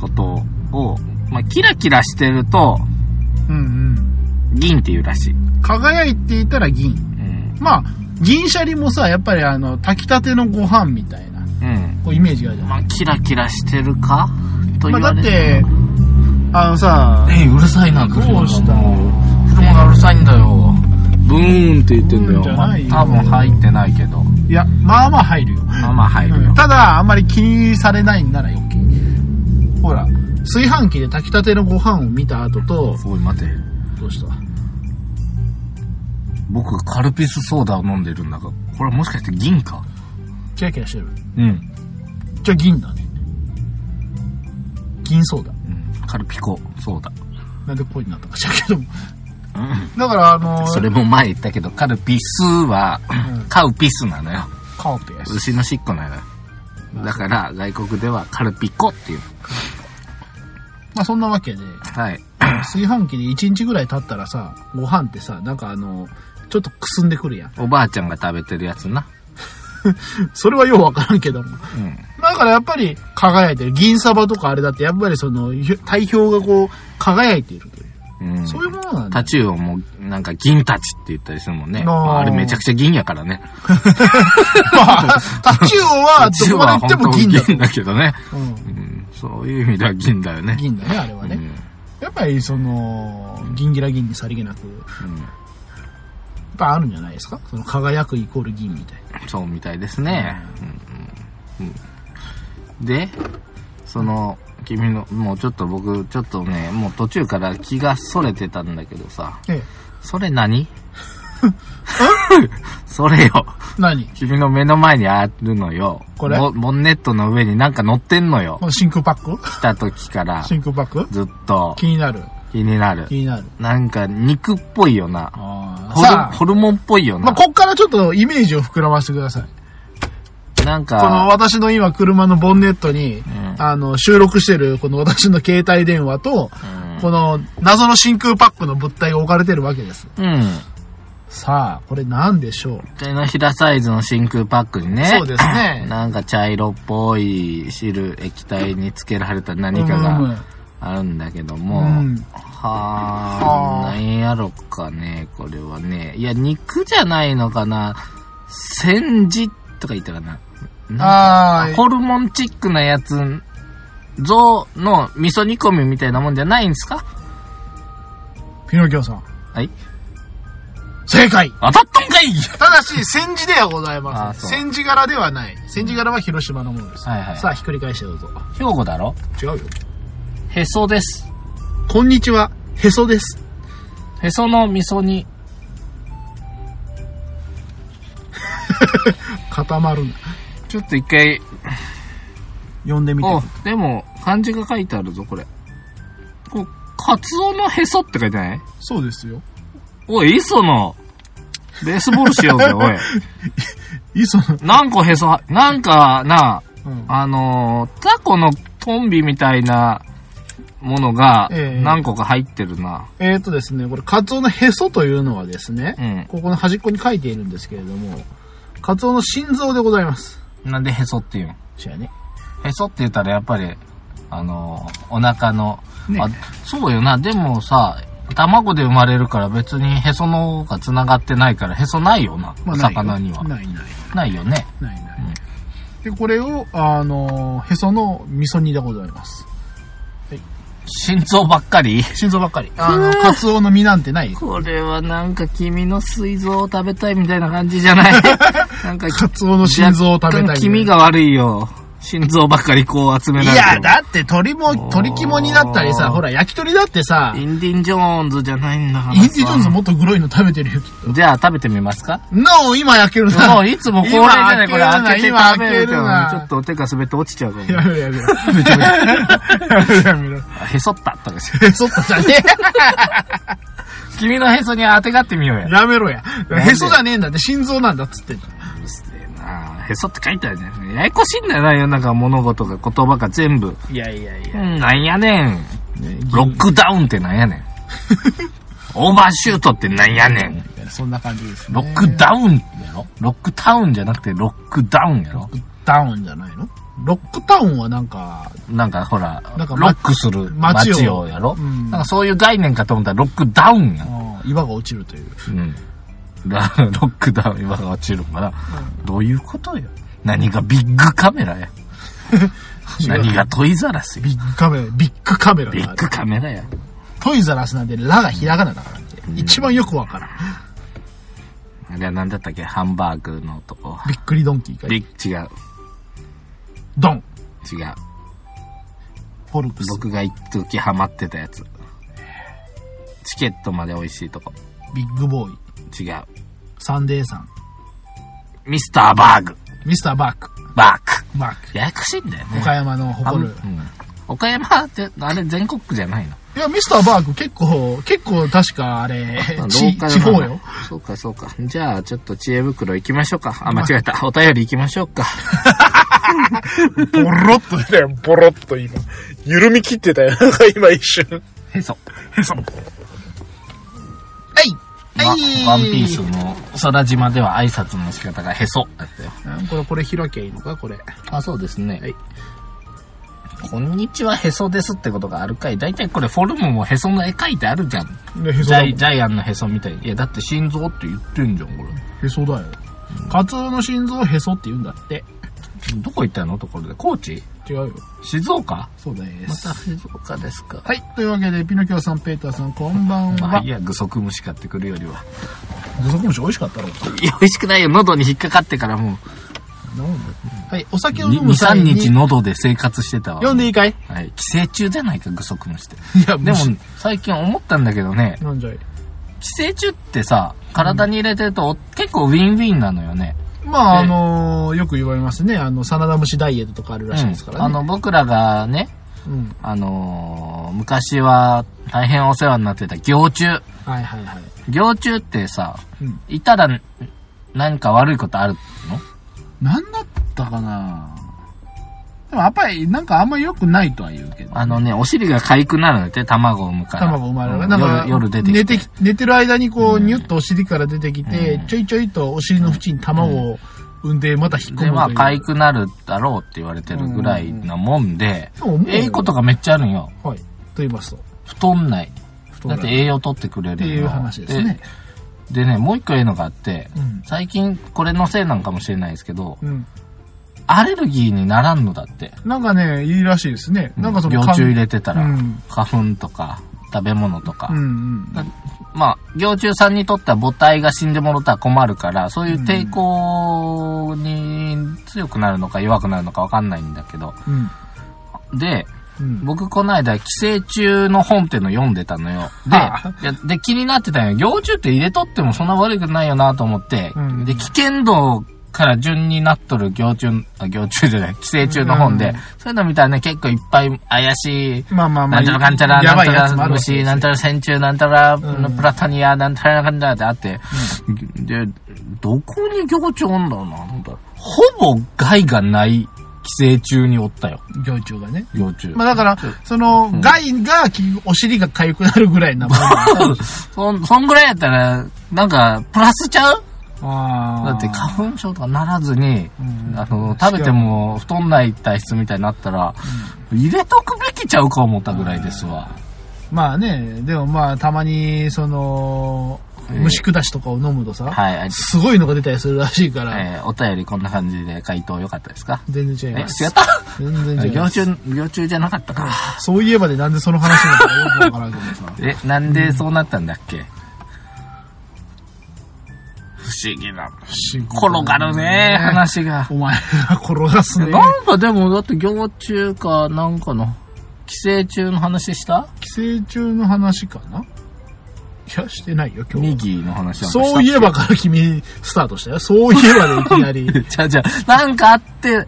Speaker 1: ことを、まあキラキラしてると
Speaker 2: うんうん
Speaker 1: 銀っていうらしい。
Speaker 2: 輝いていたら銀
Speaker 1: うん。
Speaker 2: まあ、銀シャリもさ、やっぱりあの、炊きたてのご飯みたいな、
Speaker 1: うん。
Speaker 2: こうイメージがあるじゃ
Speaker 1: ま
Speaker 2: ない
Speaker 1: あキラキラしてるかと言
Speaker 2: ま
Speaker 1: わ
Speaker 2: あ、
Speaker 1: れ。
Speaker 2: だってて、あのさ、
Speaker 1: えーうるさいな、
Speaker 2: どうした
Speaker 1: 車がうるさいんだよ。ブーンって言ってんだよ。
Speaker 2: ブーンじゃ
Speaker 1: ま
Speaker 2: な
Speaker 1: あ
Speaker 2: いよ
Speaker 1: 多分入ってないけど。
Speaker 2: いや、まあまあ入るよ。
Speaker 1: まあまあ入る
Speaker 2: うん
Speaker 1: よ。
Speaker 2: ただ、あんまり気にされないんなら余計。ほら、炊飯器で炊きたてのご飯を見た後と、
Speaker 1: おい、待て。
Speaker 2: どうした
Speaker 1: 僕カルピスソーダを飲んでるんだがこれもしかして銀か
Speaker 2: キラキラしてる。
Speaker 1: うん、
Speaker 2: じゃあ銀だね。銀ソーダ。
Speaker 1: カルピコソーダ、
Speaker 2: なんでこうになったか知らんけども。だから、あの、
Speaker 1: それも前言ったけどカルピスは、
Speaker 2: うん
Speaker 1: カウピスなのよ
Speaker 2: カオペやし。
Speaker 1: 牛の尻尾なのよだから外国ではカルピコっていう
Speaker 2: まあそんなわけで、
Speaker 1: はい
Speaker 2: 炊飯器で1日ぐらい経ったらさ、ご飯ってさ、なんかあの、ちょっとくすんでくるやん。
Speaker 1: おばあちゃんが食べてるやつな
Speaker 2: それはようわからんけども。
Speaker 1: うん
Speaker 2: だからやっぱり輝いてる。銀サバとかあれだって、やっぱりその、ひ体表がこう、輝いているという。
Speaker 1: うん。
Speaker 2: そういうも
Speaker 1: (laughs)
Speaker 2: のなんだ。
Speaker 1: タチウオも、なんか銀タチって言ったりするもんね。
Speaker 2: あー
Speaker 1: まあ、あれめちゃくちゃ銀やからね。
Speaker 2: まあ、タチウオは
Speaker 1: タチウ
Speaker 2: ど
Speaker 1: オ
Speaker 2: こま
Speaker 1: は
Speaker 2: で行
Speaker 1: 本
Speaker 2: っても
Speaker 1: 当
Speaker 2: 銀だと。
Speaker 1: 銀だけどね。
Speaker 2: うん
Speaker 1: うん。そういう意味では銀だよね。
Speaker 2: 銀だね、あれはね。やっぱり、その、銀ギラ銀にさりげなく、や
Speaker 1: うんうん
Speaker 2: っぱあるんじゃないですかその輝くイコール銀みたいな。
Speaker 1: そうみたいですね。うんうんうんで、その、君の、もうちょっと僕、ちょっとね、もう途中から気がそれてたんだけどさ、
Speaker 2: ええ。
Speaker 1: それ何 (laughs) それよ。
Speaker 2: 何
Speaker 1: 君の目の前にあるのよ。
Speaker 2: これ
Speaker 1: ボボンネットの上になんか乗ってんのよ
Speaker 2: こ。の真空パック
Speaker 1: 来た時から、
Speaker 2: 真空パック
Speaker 1: ずっと
Speaker 2: 気になる。
Speaker 1: 気になる
Speaker 2: 気。になる。
Speaker 1: なんか肉っぽいよな。
Speaker 2: あ
Speaker 1: ホル
Speaker 2: さあ、
Speaker 1: ホルモンっぽいよ
Speaker 2: ま
Speaker 1: な
Speaker 2: あ、。こっからちょっとイメージを膨らませてください。
Speaker 1: なん
Speaker 2: この
Speaker 1: か、
Speaker 2: 私の今車のボンネットに、
Speaker 1: ん
Speaker 2: あの、収録してるこの私の携帯電話と、
Speaker 1: うん
Speaker 2: この謎の真空パックの物体が置かれてるわけです。
Speaker 1: うん。
Speaker 2: さあ、これなんでしょう
Speaker 1: 手のひらサイズの真空パックにね。
Speaker 2: そうですね
Speaker 1: なんか茶色っぽい汁、液体につけられた何か
Speaker 2: うんうんう
Speaker 1: が
Speaker 2: ん
Speaker 1: あるんだけども。
Speaker 2: うん
Speaker 1: は
Speaker 2: は
Speaker 1: あ、な
Speaker 2: あ
Speaker 1: んやろかね、これはね。いや、肉じゃないのかな。煎じとか言ったかな。
Speaker 2: あー
Speaker 1: ホルモンチックなやつ、象の味噌煮込みみたいなもんじゃないんですか
Speaker 2: ピノキオさん。
Speaker 1: はい。
Speaker 2: 正解
Speaker 1: 当たったんかい
Speaker 2: ただし、戦時ではございません。
Speaker 1: あそう
Speaker 2: 戦時柄ではない。戦時柄は広島のものです。
Speaker 1: はいはい
Speaker 2: さあ、ひっくり返してどうぞ。
Speaker 1: 兵庫だろ
Speaker 2: 違うよ。
Speaker 1: へそです。
Speaker 2: こんにちは、へそです。
Speaker 1: へその味噌煮。
Speaker 2: 固まるな。
Speaker 1: ちょっと一回、
Speaker 2: 呼んでみて。
Speaker 1: お、でも、漢字が書いてあるぞ、これ。こう、カツオのへそって書いてない
Speaker 2: そうですよ。
Speaker 1: おい、磯野。ベースボールしようぜ、おい。
Speaker 2: (laughs) いいその、
Speaker 1: なんかへそは、なんかな、
Speaker 2: うん。
Speaker 1: あのータコのトンビみたいなものが
Speaker 2: ええ
Speaker 1: 何個か入ってるな。
Speaker 2: えー、とですね、これ、カツオのへそというのはですね、
Speaker 1: うん
Speaker 2: ここの端っこに書いているんですけれども、カツオの心臓でございます。
Speaker 1: なんでへそっていうの
Speaker 2: じゃあね。
Speaker 1: へそって言ったらやっぱり、あのーお腹の、
Speaker 2: ね
Speaker 1: あ、そうよな、でもさ、卵で生まれるから別にへその方が繋がってないから、へそないよな、
Speaker 2: まあないよ
Speaker 1: 魚には。
Speaker 2: ないない。
Speaker 1: ないよね。
Speaker 2: ないない。で、これを、あの、へその味噌煮でございます。
Speaker 1: 心臓ばっかり
Speaker 2: 心臓ばっかり。あの、カツオの身なんてない。
Speaker 1: (laughs) これはなんか君の膵臓を食べたいみたいな感じじゃ
Speaker 2: (laughs)
Speaker 1: ないなんか
Speaker 2: カツオの心臓を食べたいみたいな
Speaker 1: 若干気味が悪いよ。心臓ばっかりこう集め
Speaker 2: い
Speaker 1: られても
Speaker 2: や、だって鳥も、鳥肝になったりさ、ほら、焼き鳥だってさ、イ
Speaker 1: イ
Speaker 2: ン
Speaker 1: ンディン・ジョーンズじゃないんだから
Speaker 2: デ
Speaker 1: さ。
Speaker 2: ィ・ジョーンズもっとグロいの食べてるよ。
Speaker 1: じゃあ食べてみますか
Speaker 2: なお、今焼ける
Speaker 1: も
Speaker 2: な。
Speaker 1: ういつも恒例じゃないこれ開けて
Speaker 2: 今
Speaker 1: 食
Speaker 2: 開
Speaker 1: べるけど
Speaker 2: けるな今開けるな
Speaker 1: ちょっと手が滑って落ちちゃうかも。
Speaker 2: やめろやめろ。やめろやめろ。
Speaker 1: あへそったとかして
Speaker 2: へそったじゃね
Speaker 1: 君のへそに当てがってみようや
Speaker 2: (laughs) え。。やめろや
Speaker 1: ん。で
Speaker 2: へそじゃねえんだって、心臓なんだっつってんだ。
Speaker 1: うるせえなへそって書いてあるじゃん。ややこしいんだよな、世の中物事が言葉が全部。
Speaker 2: いやいやいうや。
Speaker 1: ん、なんやねん。ロックダウンってなんや (laughs) ねん。オーバーシュートってなんやねん。
Speaker 2: そんな感じですね。
Speaker 1: ロックダウンやろロックタウンじゃなくてロックダウンやろ
Speaker 2: ロックダウンじゃないのロックタウンはなんか、
Speaker 1: なんかほら、
Speaker 2: な
Speaker 1: ロ
Speaker 2: んか
Speaker 1: ックする
Speaker 2: 街を
Speaker 1: 街をやろ、
Speaker 2: うん
Speaker 1: なんかそういう概念かと思ったらロックダウンや。
Speaker 2: あー岩が落ちるという。
Speaker 1: うん。だロックダウン、今が落ちるから、どういうことよ。何がビッグカメラや。何がトイザラスや。
Speaker 2: ビッグカメラ、ビッグカメラ
Speaker 1: ビ
Speaker 2: があ
Speaker 1: ッグ
Speaker 2: る
Speaker 1: カメラや。
Speaker 2: トイザラスなんで、ラがひらがなだからね。一番よくわからん。
Speaker 1: あれは何だったっけハンバーグのとこ。
Speaker 2: びっくりドンキーかい。
Speaker 1: ビッ、違う。
Speaker 2: ドン。
Speaker 1: 違う。
Speaker 2: フォルクス。
Speaker 1: 僕が一時ハマってたやつ。チケットまで美味しいとこ。
Speaker 2: ビッグボーイ。
Speaker 1: 違う。
Speaker 2: サンデーさん。
Speaker 1: ミスターバーグ。
Speaker 2: ミスターバーク。
Speaker 1: バーク。
Speaker 2: バーク。
Speaker 1: ややこしいんだよね。
Speaker 2: 岡山の
Speaker 1: あ
Speaker 2: 誇
Speaker 1: んう
Speaker 2: る。
Speaker 1: ん岡山って、あれ全国区じゃないの
Speaker 2: いや、ミスターバーク結構、結構確かあれ、地
Speaker 1: ローカルなの
Speaker 2: 地方よ。。
Speaker 1: そうか、そうか。じゃあ、ちょっと知恵袋行きましょうか。あ、間違えた。お便り行きましょうか。
Speaker 2: ボロッと出たよ、ボロッと今。緩み切ってたよ、今一瞬。
Speaker 1: へそ。
Speaker 2: へそ。はい。
Speaker 1: ま
Speaker 2: はい。
Speaker 1: ワンピースの空島では挨拶の仕方がへそだったよ。
Speaker 2: あ。これ、これ開きゃいいのか、これ。
Speaker 1: あ、そうですね。こんにちはへそですってことがあるかい大体これフォルムもへその絵描いてあるじゃん。
Speaker 2: で、へそ
Speaker 1: ジ
Speaker 2: だも
Speaker 1: ャ
Speaker 2: ん
Speaker 1: イジャイアンのへそみたいに。いや、だって心臓って言ってんじゃん、こ
Speaker 2: へそだよ。カツオの心臓をへそって言うんだって。
Speaker 1: れ。どこ行ったのところで。高知
Speaker 2: 違うよ。
Speaker 1: 静岡
Speaker 2: そうで。
Speaker 1: ますた静岡ですか。
Speaker 2: はい。というわけで、ピノキオさん、ペーターさん、こんばん
Speaker 1: まあ
Speaker 2: は。
Speaker 1: いいや、具足虫買ってくるよりは。
Speaker 2: 具足虫美味しかったろ。
Speaker 1: いや、美味しくないよ。喉に引っかかってからも
Speaker 2: はい。お酒
Speaker 1: う、
Speaker 2: を
Speaker 1: 2、
Speaker 2: 飲む際
Speaker 1: 3
Speaker 2: に。
Speaker 1: 日喉で生活してたわ。
Speaker 2: 読んでいいかい
Speaker 1: はい。寄生虫じゃないか、具足虫って。
Speaker 2: いや、
Speaker 1: でも
Speaker 2: 虫、
Speaker 1: 最近思ったんだけどね、
Speaker 2: なんじゃい。
Speaker 1: 寄生虫ってさ、体に入れてると、結構ウィンウィンなのよね。
Speaker 2: まあ、あ
Speaker 1: で
Speaker 2: のーよく言われますね。あの、サナダムシダイエットとかあるらしいですからね。
Speaker 1: あの、僕らがね、
Speaker 2: うん。
Speaker 1: あのー昔は大変お世話になってた行虫。
Speaker 2: はいはいはい。
Speaker 1: 行虫ってさ、
Speaker 2: うん。
Speaker 1: いたらん何か悪いことある
Speaker 2: なんだったかなでも、やっぱり、なんかあんま良くないとは言うけど
Speaker 1: の。あのね、お尻が痒くなるのって、卵を産むから。
Speaker 2: 卵生まれる。
Speaker 1: うん
Speaker 2: なんか、
Speaker 1: 夜、夜出てきて
Speaker 2: 寝てき寝てる間にこう、ニュッとお尻から出てきて、
Speaker 1: うん
Speaker 2: ちょいちょいとお尻の縁に卵を産んで、また引っ込むとい
Speaker 1: で、
Speaker 2: う。
Speaker 1: まあ、痒くなるだろうって言われてるぐらいなもんで、
Speaker 2: そう思うよ
Speaker 1: ええことがめっちゃあるんよ。
Speaker 2: はい。と言いますと。
Speaker 1: 太んない。
Speaker 2: 太
Speaker 1: だ
Speaker 2: ら
Speaker 1: っ
Speaker 2: な
Speaker 1: て
Speaker 2: い
Speaker 1: 栄養取ってくれる
Speaker 2: っていう話ですね。
Speaker 1: で。でね、もう一個ええのがあって、
Speaker 2: うん
Speaker 1: 最近これのせいなんかもしれないですけど、
Speaker 2: うん。
Speaker 1: アレルギーにならんのだって。
Speaker 2: なんかね、いいらしいですね。なんかその、
Speaker 1: 幼虫入れてたら、
Speaker 2: うん
Speaker 1: 花粉とか食べ物とか、
Speaker 2: うんうん。
Speaker 1: だまあ幼虫さんにとっては母体が死んでもろたら困るからそういう抵抗に強くなるのか弱くなるのかわかんないんだけど
Speaker 2: うん。
Speaker 1: で
Speaker 2: うん。
Speaker 1: 僕この間寄生虫の本っていうの読んでたの
Speaker 2: (laughs)
Speaker 1: よで
Speaker 2: はあ
Speaker 1: いやで気になってたのよ幼虫って入れとってもそんな悪いことないよなと思って、
Speaker 2: うん
Speaker 1: で危険度から順になっとる幼虫あ幼虫じゃない寄生虫の本で、
Speaker 2: うん
Speaker 1: そういうの見たらね結構いっぱい怪しい
Speaker 2: まあまあ
Speaker 1: な
Speaker 2: まあ、
Speaker 1: んちゃらかんちゃら、
Speaker 2: や
Speaker 1: な
Speaker 2: ば
Speaker 1: ん
Speaker 2: い
Speaker 1: ちゃ
Speaker 2: やつも
Speaker 1: ら
Speaker 2: あるわけです
Speaker 1: 虫、
Speaker 2: よ
Speaker 1: なんちゃら線虫、なんちゃら
Speaker 2: うん
Speaker 1: プラタニア、なんちゃらかんちゃらってあって、で、どこに行虫おんだろうな、ほんとほぼ害がない寄生虫におったよ、
Speaker 2: 幼虫がね。
Speaker 1: 幼虫。
Speaker 2: まあだから、その、害が、きお尻が痒くなるぐらいなもんだ
Speaker 1: (laughs) そん、そんぐらいやったら、なんか、プラスちゃう
Speaker 2: あ
Speaker 1: だって花粉症とかならずに、
Speaker 2: うん
Speaker 1: あの、食べても太んない体質みたいになったら、入れとくべきちゃうか思ったぐらいですわ。
Speaker 2: まあね、でもまあ、たまに、その、
Speaker 1: ええ
Speaker 2: 虫下しとかを飲むとさ、
Speaker 1: はい、あ
Speaker 2: すごいのが出たりするらしいから、
Speaker 1: えーお便りこんな感じで回答良かったですか
Speaker 2: 全然違い
Speaker 1: え、違
Speaker 2: ます。
Speaker 1: った
Speaker 2: 全然違い
Speaker 1: 行
Speaker 2: ます。
Speaker 1: 虫、行虫じゃなかったか。。
Speaker 2: そういえばでなんでその話になったかよくわからんけどさ
Speaker 1: え、なんでそうなったんだっけ、不思議な。転がるね、話が。
Speaker 2: お前 (laughs) が転がすね。
Speaker 1: なんかでも、だって行虫かなんかの、寄生虫の話した
Speaker 2: 寄生虫の話かないや、してないよ、今日
Speaker 1: ミ
Speaker 2: は。
Speaker 1: ギーの話なんかした
Speaker 2: そういえばから君、スタートしたよ。そういえばでいきな
Speaker 1: (laughs)
Speaker 2: り。
Speaker 1: じゃあじゃあ、なんかあって、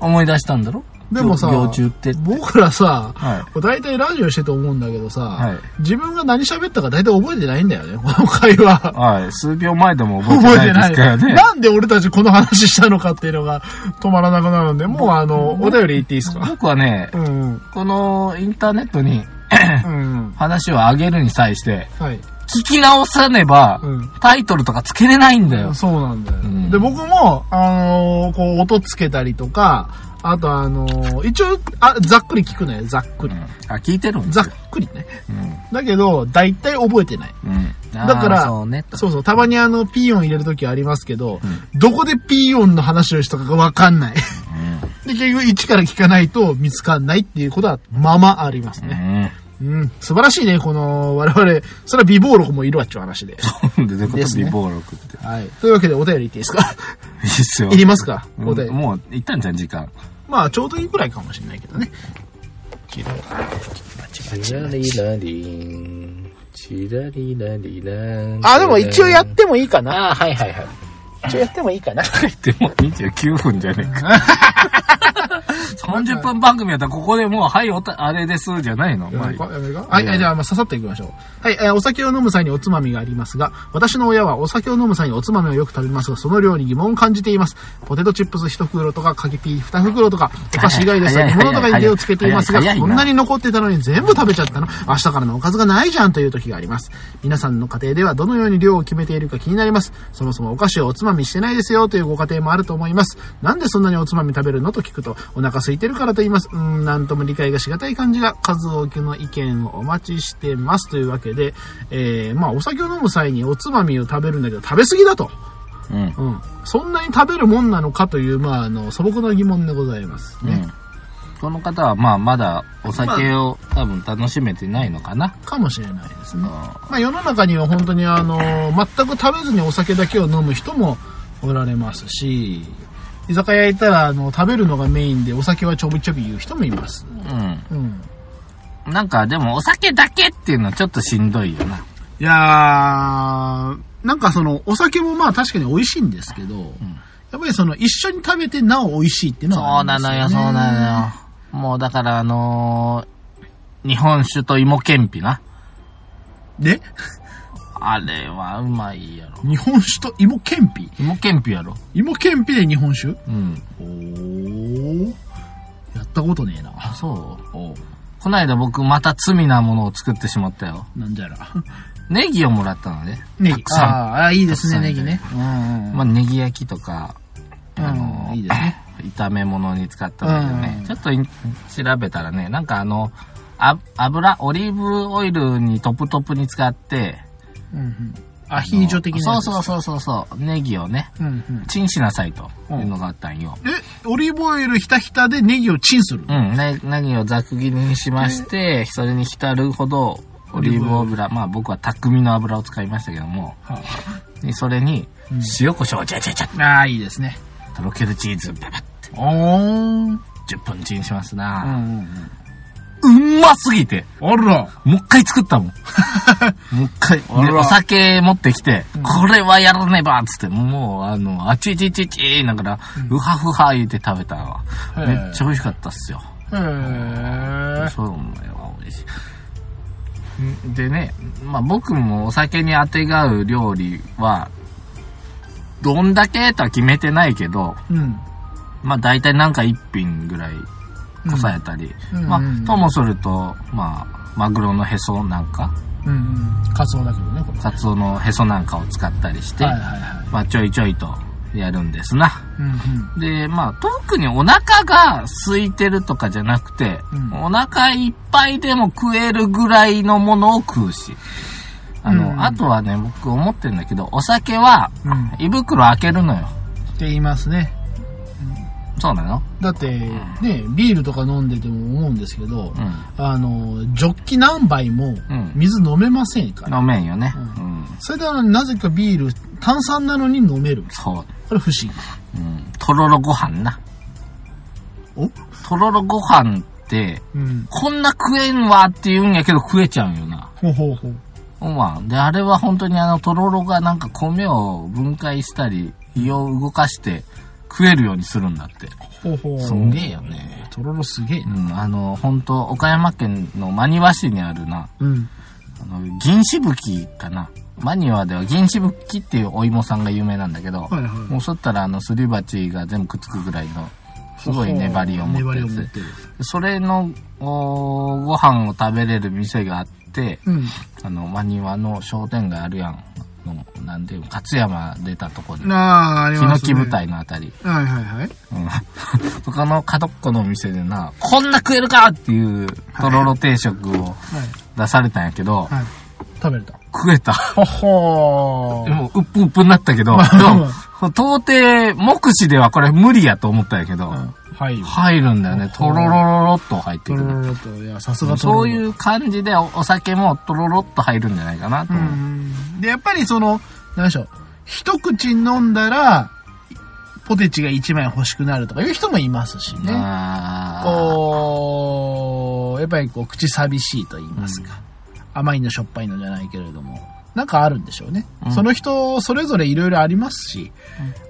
Speaker 1: 思い出したんだろ
Speaker 2: でもさ、
Speaker 1: 行行虫って。
Speaker 2: 僕らさ、
Speaker 1: はい。
Speaker 2: 大体ラジオしてて思うんだけどさ、
Speaker 1: はい
Speaker 2: 自分が何喋ったか大体覚えてないんだよね、この会話。
Speaker 1: はい。数秒前でも覚え
Speaker 2: 覚え
Speaker 1: て
Speaker 2: て
Speaker 1: な
Speaker 2: ない
Speaker 1: で
Speaker 2: い。
Speaker 1: すからね。
Speaker 2: なんで俺たちこの話したのかっていうのが止まらなくなるんで、もうあの、お便り言っていいですか
Speaker 1: 僕はね、
Speaker 2: うん。うん。
Speaker 1: このインターネットに
Speaker 2: うん。
Speaker 1: 話を上げるに際して、
Speaker 2: はい。
Speaker 1: 聞き直さねば、
Speaker 2: うん
Speaker 1: タイトルとかつけれないんだよ。
Speaker 2: そうなんだよ。
Speaker 1: うん
Speaker 2: で、僕も、あのーこう、音つけたりとか、あとあのー一応、あ、ざっくり聞くのよ、ざっくり。
Speaker 1: あ、聞いてるん
Speaker 2: ざっくりね。
Speaker 1: うん。
Speaker 2: だけど、大体覚えてない。
Speaker 1: うん。だ
Speaker 2: だから
Speaker 1: そうね。
Speaker 2: そうそう、たまにあの、ピーヨン入れるときありますけど、どこでピーヨンの話をしたかがわかんない。で、結局、一から聞かないと見つかんないっていうことは、ままあります
Speaker 1: う
Speaker 2: ね。
Speaker 1: (laughs) ん。
Speaker 2: うん、素晴らしいね、この、我々、それは美貌録もいるわっちゅう話で。
Speaker 1: うん。で、どういうこと
Speaker 2: ですね
Speaker 1: 備忘録って。
Speaker 2: はい。というわけで、お便りいっていいですか
Speaker 1: いいっすよ。
Speaker 2: いりますか
Speaker 1: うん
Speaker 2: お便り。
Speaker 1: もう、いったんじゃん、時間。
Speaker 2: まあ、ちょうどいいくらいかもしれないけどね。
Speaker 1: チラリラリン。チラリラリラ
Speaker 2: あ、でも一応やってもいいかな。
Speaker 1: あ、はいはいはい。
Speaker 2: 一応やってもいいかな。
Speaker 1: でも29分じゃねえか。30分番組やったらここでもう、はい、おた、あれです、じゃないの。
Speaker 2: や
Speaker 1: ま
Speaker 2: め
Speaker 1: あ
Speaker 2: るかやめるかはい、
Speaker 1: うん
Speaker 2: はいじゃあ、まあ、ささっといきましょう。はい、えーお酒を飲む際におつまみがありますが、私の親はお酒を飲む際におつまみをよく食べますが、その量に疑問を感じています。ポテトチップス一袋とか、かきピー二袋とか、お菓子以外ですが、
Speaker 1: 早い
Speaker 2: 煮物とかに手をつけていますが、
Speaker 1: 早い早い
Speaker 2: こんなに残ってたのに全部食べちゃったの明日からのおかずがないじゃんという時があります。皆さんの家庭ではどのように量を決めているか気になります。そもそもお菓子をおつまみしてないですよというご家庭もあると思います。なんでそんなにおつまみ食べるのと聞くと、同腹空いてるからと言います。うーん、なんとも理解がしがたい感じが、数多くの意見をお待ちしてます。というわけで、えー、まあ、お酒を飲む際におつまみを食べるんだけど、食べ過ぎだと。
Speaker 1: うん。
Speaker 2: うん。そんなに食べるもんなのかという、まあ、あの、素朴な疑問でございます
Speaker 1: う
Speaker 2: ね。
Speaker 1: ん。この方は、まあ、まだお酒を多分楽しめてないのかな。
Speaker 2: かもしれないですね。
Speaker 1: あ
Speaker 2: まあ、世の中には本当にあの全く食べずにお酒だけを飲む人もおられますし居酒屋行ったらあの食べるのがメインでお酒はちょびちょび言う人もいます、
Speaker 1: うん。
Speaker 2: うん、
Speaker 1: なんか、でもお酒だけっていうのはちょっとしんどいよな。
Speaker 2: いやーなんかそのお酒もまあ確かに美味しいんですけど、やっぱりその一緒に食べてなお美味しいっていうのは
Speaker 1: そうなのよ、そうなのよ。もうだから、あのー日本酒と芋けんぴな。
Speaker 2: のよで
Speaker 1: あれはうまいやろ。
Speaker 2: 日本酒と芋けんぴ
Speaker 1: 芋けんぴやろ。
Speaker 2: 芋けんぴで日本酒
Speaker 1: うん。
Speaker 2: おーやったことねえな
Speaker 1: あ、そう
Speaker 2: お
Speaker 1: こないだ僕また罪なものを作ってしまったよ。
Speaker 2: なんじゃら
Speaker 1: ネギをもらったのね。
Speaker 2: ネギ
Speaker 1: たくさん
Speaker 2: あーあー、いいですね、
Speaker 1: たくさん
Speaker 2: ネギね。うん
Speaker 1: まあ、ネギ焼きとか、
Speaker 2: うん
Speaker 1: あのー
Speaker 2: いいですね
Speaker 1: 炒め物に使ったんだけどね
Speaker 2: う。ん
Speaker 1: ちょっとい調べたらね、なんかあの、あ油、オリーブオイルにトップトップに使って、
Speaker 2: うんうんアヒージョ的な
Speaker 1: そ
Speaker 2: や
Speaker 1: う
Speaker 2: つ
Speaker 1: そうそうそうそう、ネギをね、
Speaker 2: うんうん
Speaker 1: チンしなさいというのがあったんよ。
Speaker 2: え、オリーブオイルひたひたでネギをチンする
Speaker 1: うん、ね、ネギをざく切りにしまして、それに浸るほど、オリーブ油、まあ僕は匠の油を使いましたけども、でそれに、塩コショウ、ちゃちゃちゃ、
Speaker 2: ああ、いいですね。
Speaker 1: とろけるチーズ、パパって、
Speaker 2: おー。
Speaker 1: 10分チンします
Speaker 2: うんう
Speaker 1: な、
Speaker 2: ん
Speaker 1: うますぎて、
Speaker 2: うん。あら。
Speaker 1: もう一回作った
Speaker 2: (laughs)
Speaker 1: もん。もう一回、
Speaker 2: あ
Speaker 1: で、
Speaker 2: ら
Speaker 1: お酒持ってきて、これはやらねばっつって、もう、あの、あちちちちーながら、うはふは言って食べたわ。
Speaker 2: へー
Speaker 1: めっちゃ美味しかったっすよ。
Speaker 2: へえ。
Speaker 1: そうお前は美味しいんでね、まあ、僕もお酒にあてがう料理はどんだけとは決めてないけど
Speaker 2: うん。
Speaker 1: まあ大体なんか一品ぐらいこさえたり、
Speaker 2: うん
Speaker 1: ま
Speaker 2: うんうんうん
Speaker 1: あともするとまあマグロのへそなんか
Speaker 2: うんうん。カツオだけどね、これ。
Speaker 1: カツオのへそなんかを使ったりして、
Speaker 2: はいはいはい。
Speaker 1: まあちょいちょいとやるんですな。
Speaker 2: うん
Speaker 1: で、まあ、特にお腹が空いてるとかじゃなくて、
Speaker 2: うん
Speaker 1: お腹いっぱいでも食えるぐらいのものを食うし、あの、
Speaker 2: うん
Speaker 1: あとはね、僕思ってるんだけど、お酒は
Speaker 2: うん。うん。って
Speaker 1: 胃袋開けるのよ。
Speaker 2: 言いますね。
Speaker 1: そうなの
Speaker 2: だって、ね、ビールとか飲んでても思うんですけど、
Speaker 1: う
Speaker 2: あの、ジョッキ何杯も
Speaker 1: ん
Speaker 2: 水飲めませんから。
Speaker 1: ん。飲めんよね。う。
Speaker 2: うんそれであのなぜかビール、炭酸なのに飲める。
Speaker 1: そう。
Speaker 2: これ不思
Speaker 1: う
Speaker 2: 議。
Speaker 1: ん。とろろご飯な。
Speaker 2: お
Speaker 1: とろろご飯って、
Speaker 2: うん。
Speaker 1: こんな食えんわって言うんやけど食えちゃうんよな。
Speaker 2: ほうほうほう。
Speaker 1: まあ、で、あれは本当にあの、とろろがなんか米を分解したり、胃を動かして食えるようにするんだって。
Speaker 2: ほうほう。
Speaker 1: すんげえよね。
Speaker 2: とろろすげえ
Speaker 1: う
Speaker 2: な。
Speaker 1: ん、あの、本当岡山県の真庭市にあるな、
Speaker 2: うん。
Speaker 1: あの、銀しぶきかな。真庭では銀しぶきっていうお芋さんが有名なんだけど、
Speaker 2: はいはい
Speaker 1: もうそったらあの、すり鉢が全部くっつくぐらいの、すごい粘りを持ってるや
Speaker 2: 粘りを持
Speaker 1: つ
Speaker 2: ってる。
Speaker 1: それの、おご飯を食べれる店があって、
Speaker 2: う
Speaker 1: あの、真庭の商店街あるやん。のなんていうの勝山出たとこに。
Speaker 2: ん。ああ、あり
Speaker 1: ヒノ
Speaker 2: ます
Speaker 1: キ
Speaker 2: ね。
Speaker 1: 舞。台のあたり。
Speaker 2: はいはいはい。
Speaker 1: うん。 (laughs) 他の角っこのお店でな、こんな食えるかっていう、とろろ定食を
Speaker 2: はい。
Speaker 1: 出されたんやけど、
Speaker 2: はい。食べれた。
Speaker 1: 食えた。
Speaker 2: ほほー。
Speaker 1: もう、うっぷうっぷになったけ (laughs) ど、でも、到底、目視ではこれ無理やと思ったんやけど、
Speaker 2: はい。
Speaker 1: 入るんだよね。とろろろろっと入って
Speaker 2: と
Speaker 1: く
Speaker 2: ろ
Speaker 1: る。
Speaker 2: ろと、いや、さすがとろろ。
Speaker 1: そういう感じでおお酒もとろろっと入るんじゃないかなと
Speaker 2: う
Speaker 1: 思う。
Speaker 2: ん。で、やっぱりその、なんでしょう。一口飲んだら、ポテチが一枚欲しくなるとかいう人もいますしね。
Speaker 1: あー
Speaker 2: こう、やっぱりこう、口寂しいと言いますか。甘いのしょっぱいのじゃないけれども。なんかあるんでしょうね。
Speaker 1: うん
Speaker 2: その人、それぞれいろいろありますし、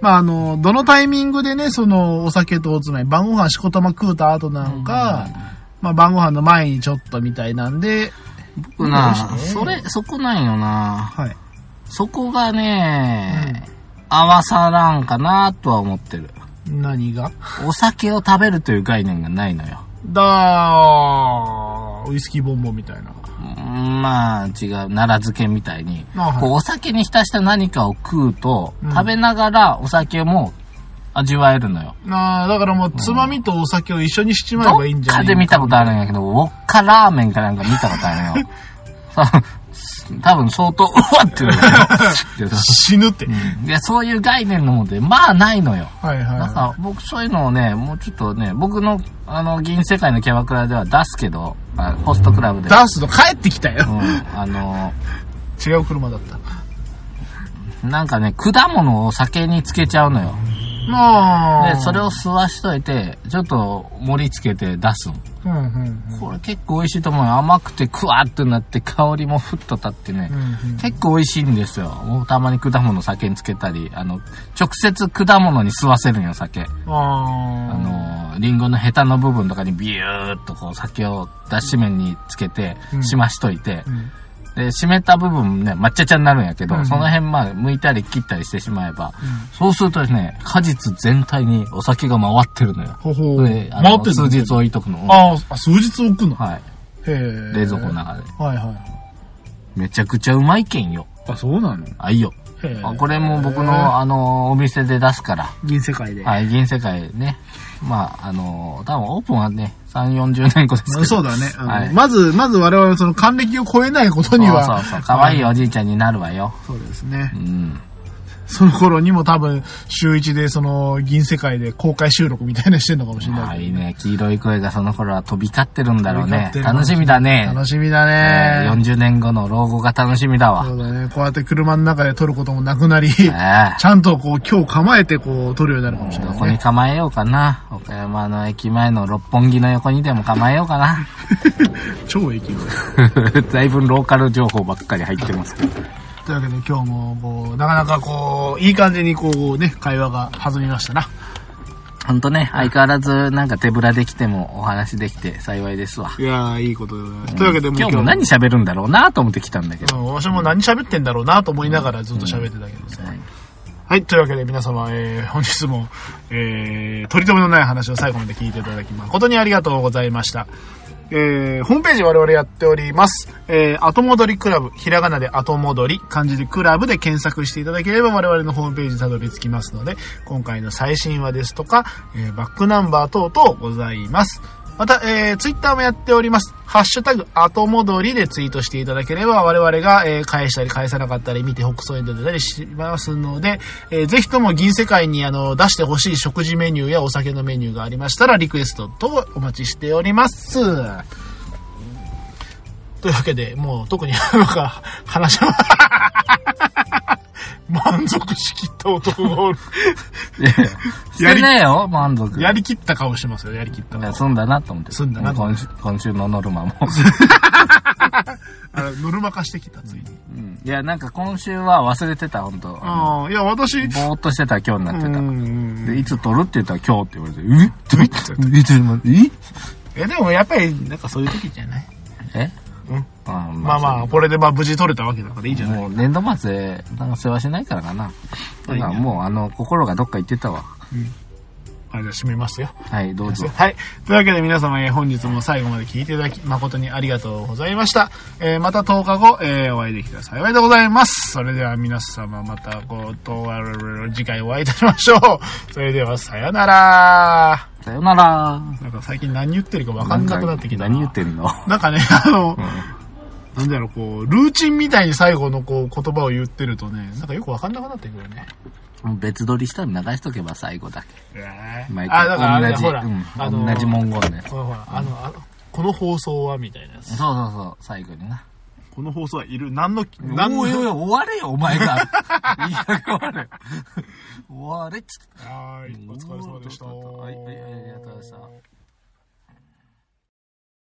Speaker 2: まあ、あの、どのタイミングでね、その、お酒とおつまみ、晩ご飯しこたま食うた後なのか、まあ、晩ご飯の前にちょっとみたいなんで、
Speaker 1: 僕な
Speaker 2: どうして、
Speaker 1: それ、そこなんよな。
Speaker 2: はい。
Speaker 1: そこがね、合わさらんかなとは思ってる。
Speaker 2: 何が
Speaker 1: お酒を食べるという概念がないのよ。
Speaker 2: だー、ウイスキーボンボンみたいな。
Speaker 1: うんまあ、違う、奈良漬けみたいに。
Speaker 2: あはい
Speaker 1: こうお酒に浸した何かを食うと、
Speaker 2: うん
Speaker 1: 食べながらお酒も味わえるのよ。
Speaker 2: なあ、だからもう、つまみとお酒を一緒にしちまえ
Speaker 1: ど
Speaker 2: ばいいん
Speaker 1: っ
Speaker 2: じゃな
Speaker 1: か
Speaker 2: い
Speaker 1: で見たことあるんやけど、ウォッカラーメンかなんか見たことあるよ。 (laughs) 多分相当、うわって言うのよ
Speaker 2: 死ぬって。
Speaker 1: いや、そういう概念のもんで、まあないのよ。
Speaker 2: はいはい
Speaker 1: なん
Speaker 2: は
Speaker 1: か僕そういうのをね、もうちょっとね、僕の、あの、銀世界のキャバクラでは出すけど、あホストクラブ
Speaker 2: い。
Speaker 1: で。
Speaker 2: ダースの帰ってきた
Speaker 1: う
Speaker 2: よ。
Speaker 1: ん、あの、
Speaker 2: 違う車だった。
Speaker 1: なんかね、果物をお酒につけちゃうのよ。
Speaker 2: まあ。
Speaker 1: で、それを吸わしといて、ちょっと盛り付けて出すの
Speaker 2: うんうんうん。
Speaker 1: これ結構美味しいと思うよ。甘くてクワーってなって、香りもふっと立ってね。
Speaker 2: うんうん
Speaker 1: 結構美味しいんですよ。もうたまに果物酒につけたり、あの、直接果物に吸わせるんよ、酒。あ
Speaker 2: あ
Speaker 1: の、リンゴのヘタの部分とかにビューっとこう酒を脱脂麺につけて
Speaker 2: う、ん
Speaker 1: しましといて
Speaker 2: ー。う、ん
Speaker 1: で、湿った部分ね、抹茶茶になるんやけど、
Speaker 2: うん
Speaker 1: その辺まあ、剥いたり切ったりしてしまえば、そうするとね、果実全体にお酒が回ってるのよ。
Speaker 2: ほほ
Speaker 1: で、
Speaker 2: う。
Speaker 1: あ
Speaker 2: 回
Speaker 1: の
Speaker 2: って
Speaker 1: 数
Speaker 2: る
Speaker 1: 日置いとくの。
Speaker 2: あーあ、数日置くの。
Speaker 1: はい。
Speaker 2: へえ。
Speaker 1: 冷蔵庫の。中で。
Speaker 2: はいはい。
Speaker 1: めちゃくちゃうまいけんよ。
Speaker 2: あ、そうなのへ
Speaker 1: あ、いいよ。
Speaker 2: え
Speaker 1: あこれも僕の、あの、お店で出すから。
Speaker 2: 銀世界で。
Speaker 1: はい、銀世界ね。まあ、あの、多分オープンはね、3、40年後ですけど。
Speaker 2: そうだね。うん
Speaker 1: はい
Speaker 2: まず、まず我々はその還暦を超えないことには。
Speaker 1: そうそうそう。可愛いおじいちゃんになるわよ。
Speaker 2: そうですね
Speaker 1: う。ん。
Speaker 2: その頃にも多分、週一でその、銀世界で公開収録みたいなのしてんのかもしれ
Speaker 1: ま
Speaker 2: な
Speaker 1: あ
Speaker 2: い
Speaker 1: い
Speaker 2: け
Speaker 1: い
Speaker 2: ど。
Speaker 1: ね。黄色い声がその頃は飛び交ってるんだろうね。
Speaker 2: 飛び交ってるかも
Speaker 1: 楽
Speaker 2: し
Speaker 1: し
Speaker 2: れ
Speaker 1: みだね。
Speaker 2: 楽しみだ
Speaker 1: えー
Speaker 2: ね。
Speaker 1: 40年後の老後が楽しみだわ。
Speaker 2: そうだね。こうやって車の中で撮ることもなくなり、
Speaker 1: え
Speaker 2: ち
Speaker 1: え
Speaker 2: ゃんとこう、今日構えてこう、撮るようになるかもしれ
Speaker 1: ど
Speaker 2: (laughs) ない
Speaker 1: こに
Speaker 2: ね。
Speaker 1: 構えようかな。岡山の駅前の六本木の横にでも構えようか
Speaker 2: (laughs)
Speaker 1: な。
Speaker 2: 超駅前。
Speaker 1: だいぶローカル情報ばっかり入ってますけど。
Speaker 2: というわけで今日も、こう、なかなかこう、いい感じにこうね、会話が弾みましたな。
Speaker 1: ほんとね、相変わらずなんか手ぶらできてもお話できて幸いですわ。
Speaker 2: いやー、いいことでございます。というわけでもう
Speaker 1: 今日も何喋るんだろうなと思って来たんだけど。
Speaker 2: うん、私も何喋ってんだろうなと思いながらずっと喋ってたけどさ、
Speaker 1: はい
Speaker 2: はい、というわけで皆様、えー本日も、えー、取り留めのない話を最後まで聞いていただき誠にありがとうございました。えー、ホームページ我々やっております。えー、後戻りクラブ、ひらがなで後戻り、漢字でクラブで検索していただければ我々のホームページにたどり着きますので、今回の最新話ですとか、えー、バックナンバー等々ございます。また、えー、ツイッターもやっております。ハッシュタグ、後戻りでツイートしていただければ、我々が、えー返したり返さなかったり、見て北総に出てたりしますので、えーぜひとも銀世界に、あの、出してほしい食事メニューやお酒のメニューがありましたら、リクエストとお待ちしております。というわけで、もう特に、なんか、話は、 (laughs) 満足しきった男がおる。
Speaker 1: いやいやしてねえよ、満足。
Speaker 2: やりきった顔してますよ、やりきった
Speaker 1: い
Speaker 2: 顔
Speaker 1: や。済んだなと思って。
Speaker 2: 済んだなと思
Speaker 1: 今週今週のノルマ
Speaker 2: (laughs)
Speaker 1: も。
Speaker 2: あのノルマ化してきた、ついに。
Speaker 1: うんいや、なんか今週は忘れてた、本当ぼ
Speaker 2: ああ、いや、私、
Speaker 1: ーっとしてたら今日になってた。
Speaker 2: うん
Speaker 1: で、いつ撮るって言ったら今日って言われて、えっと、いつも、え
Speaker 2: え、でもやっぱり、なんかそういう時じゃない
Speaker 1: え
Speaker 2: うん
Speaker 1: あ
Speaker 2: まあまあ、これでまあ無事取れたわけだからいいじ
Speaker 1: あ
Speaker 2: ゃない
Speaker 1: もう年度末、なんか世話しないからかな。だからもう、あの、心がどっか行ってたわ。
Speaker 2: はい、じゃあ締めますよ。
Speaker 1: はい、どうぞ。
Speaker 2: はい。というわけで皆様、えー本日も最後まで聞いていただき、誠にありがとうございました。えーまた10日後、えーお会いできたら幸いでございます。それでは皆様、またご、と、次回お会いいたしましょう。それでは、さよなら。
Speaker 1: さよなら。
Speaker 2: なんか最近何言ってるかわかんなくなってきたな。
Speaker 1: 何言ってんの
Speaker 2: なんかね、 (laughs) あの、なんだろう、こう、ルーチンみたいに最後のこう、言葉を言ってるとね、なんかよくわかんなくなってくるね。
Speaker 1: 別撮りしたら流しとけば最後だけ。毎
Speaker 2: あ、だからあ
Speaker 1: 回
Speaker 2: れだ、
Speaker 1: 同じ、
Speaker 2: ほら、あ
Speaker 1: う
Speaker 2: の
Speaker 1: ん、同じ文言ね。
Speaker 2: ほらほら、あの、あのこの放送はみたいなや
Speaker 1: そうそ
Speaker 2: つ。
Speaker 1: うそう、最後にな。
Speaker 2: この放送はいる。何の、何
Speaker 1: おいおいおい
Speaker 2: の。
Speaker 1: 終われよ、お
Speaker 2: (laughs)
Speaker 1: 前が。いや、終われ。終われっつって。
Speaker 2: はーい、お疲れ様でした。
Speaker 1: はいはいはいありがとうございました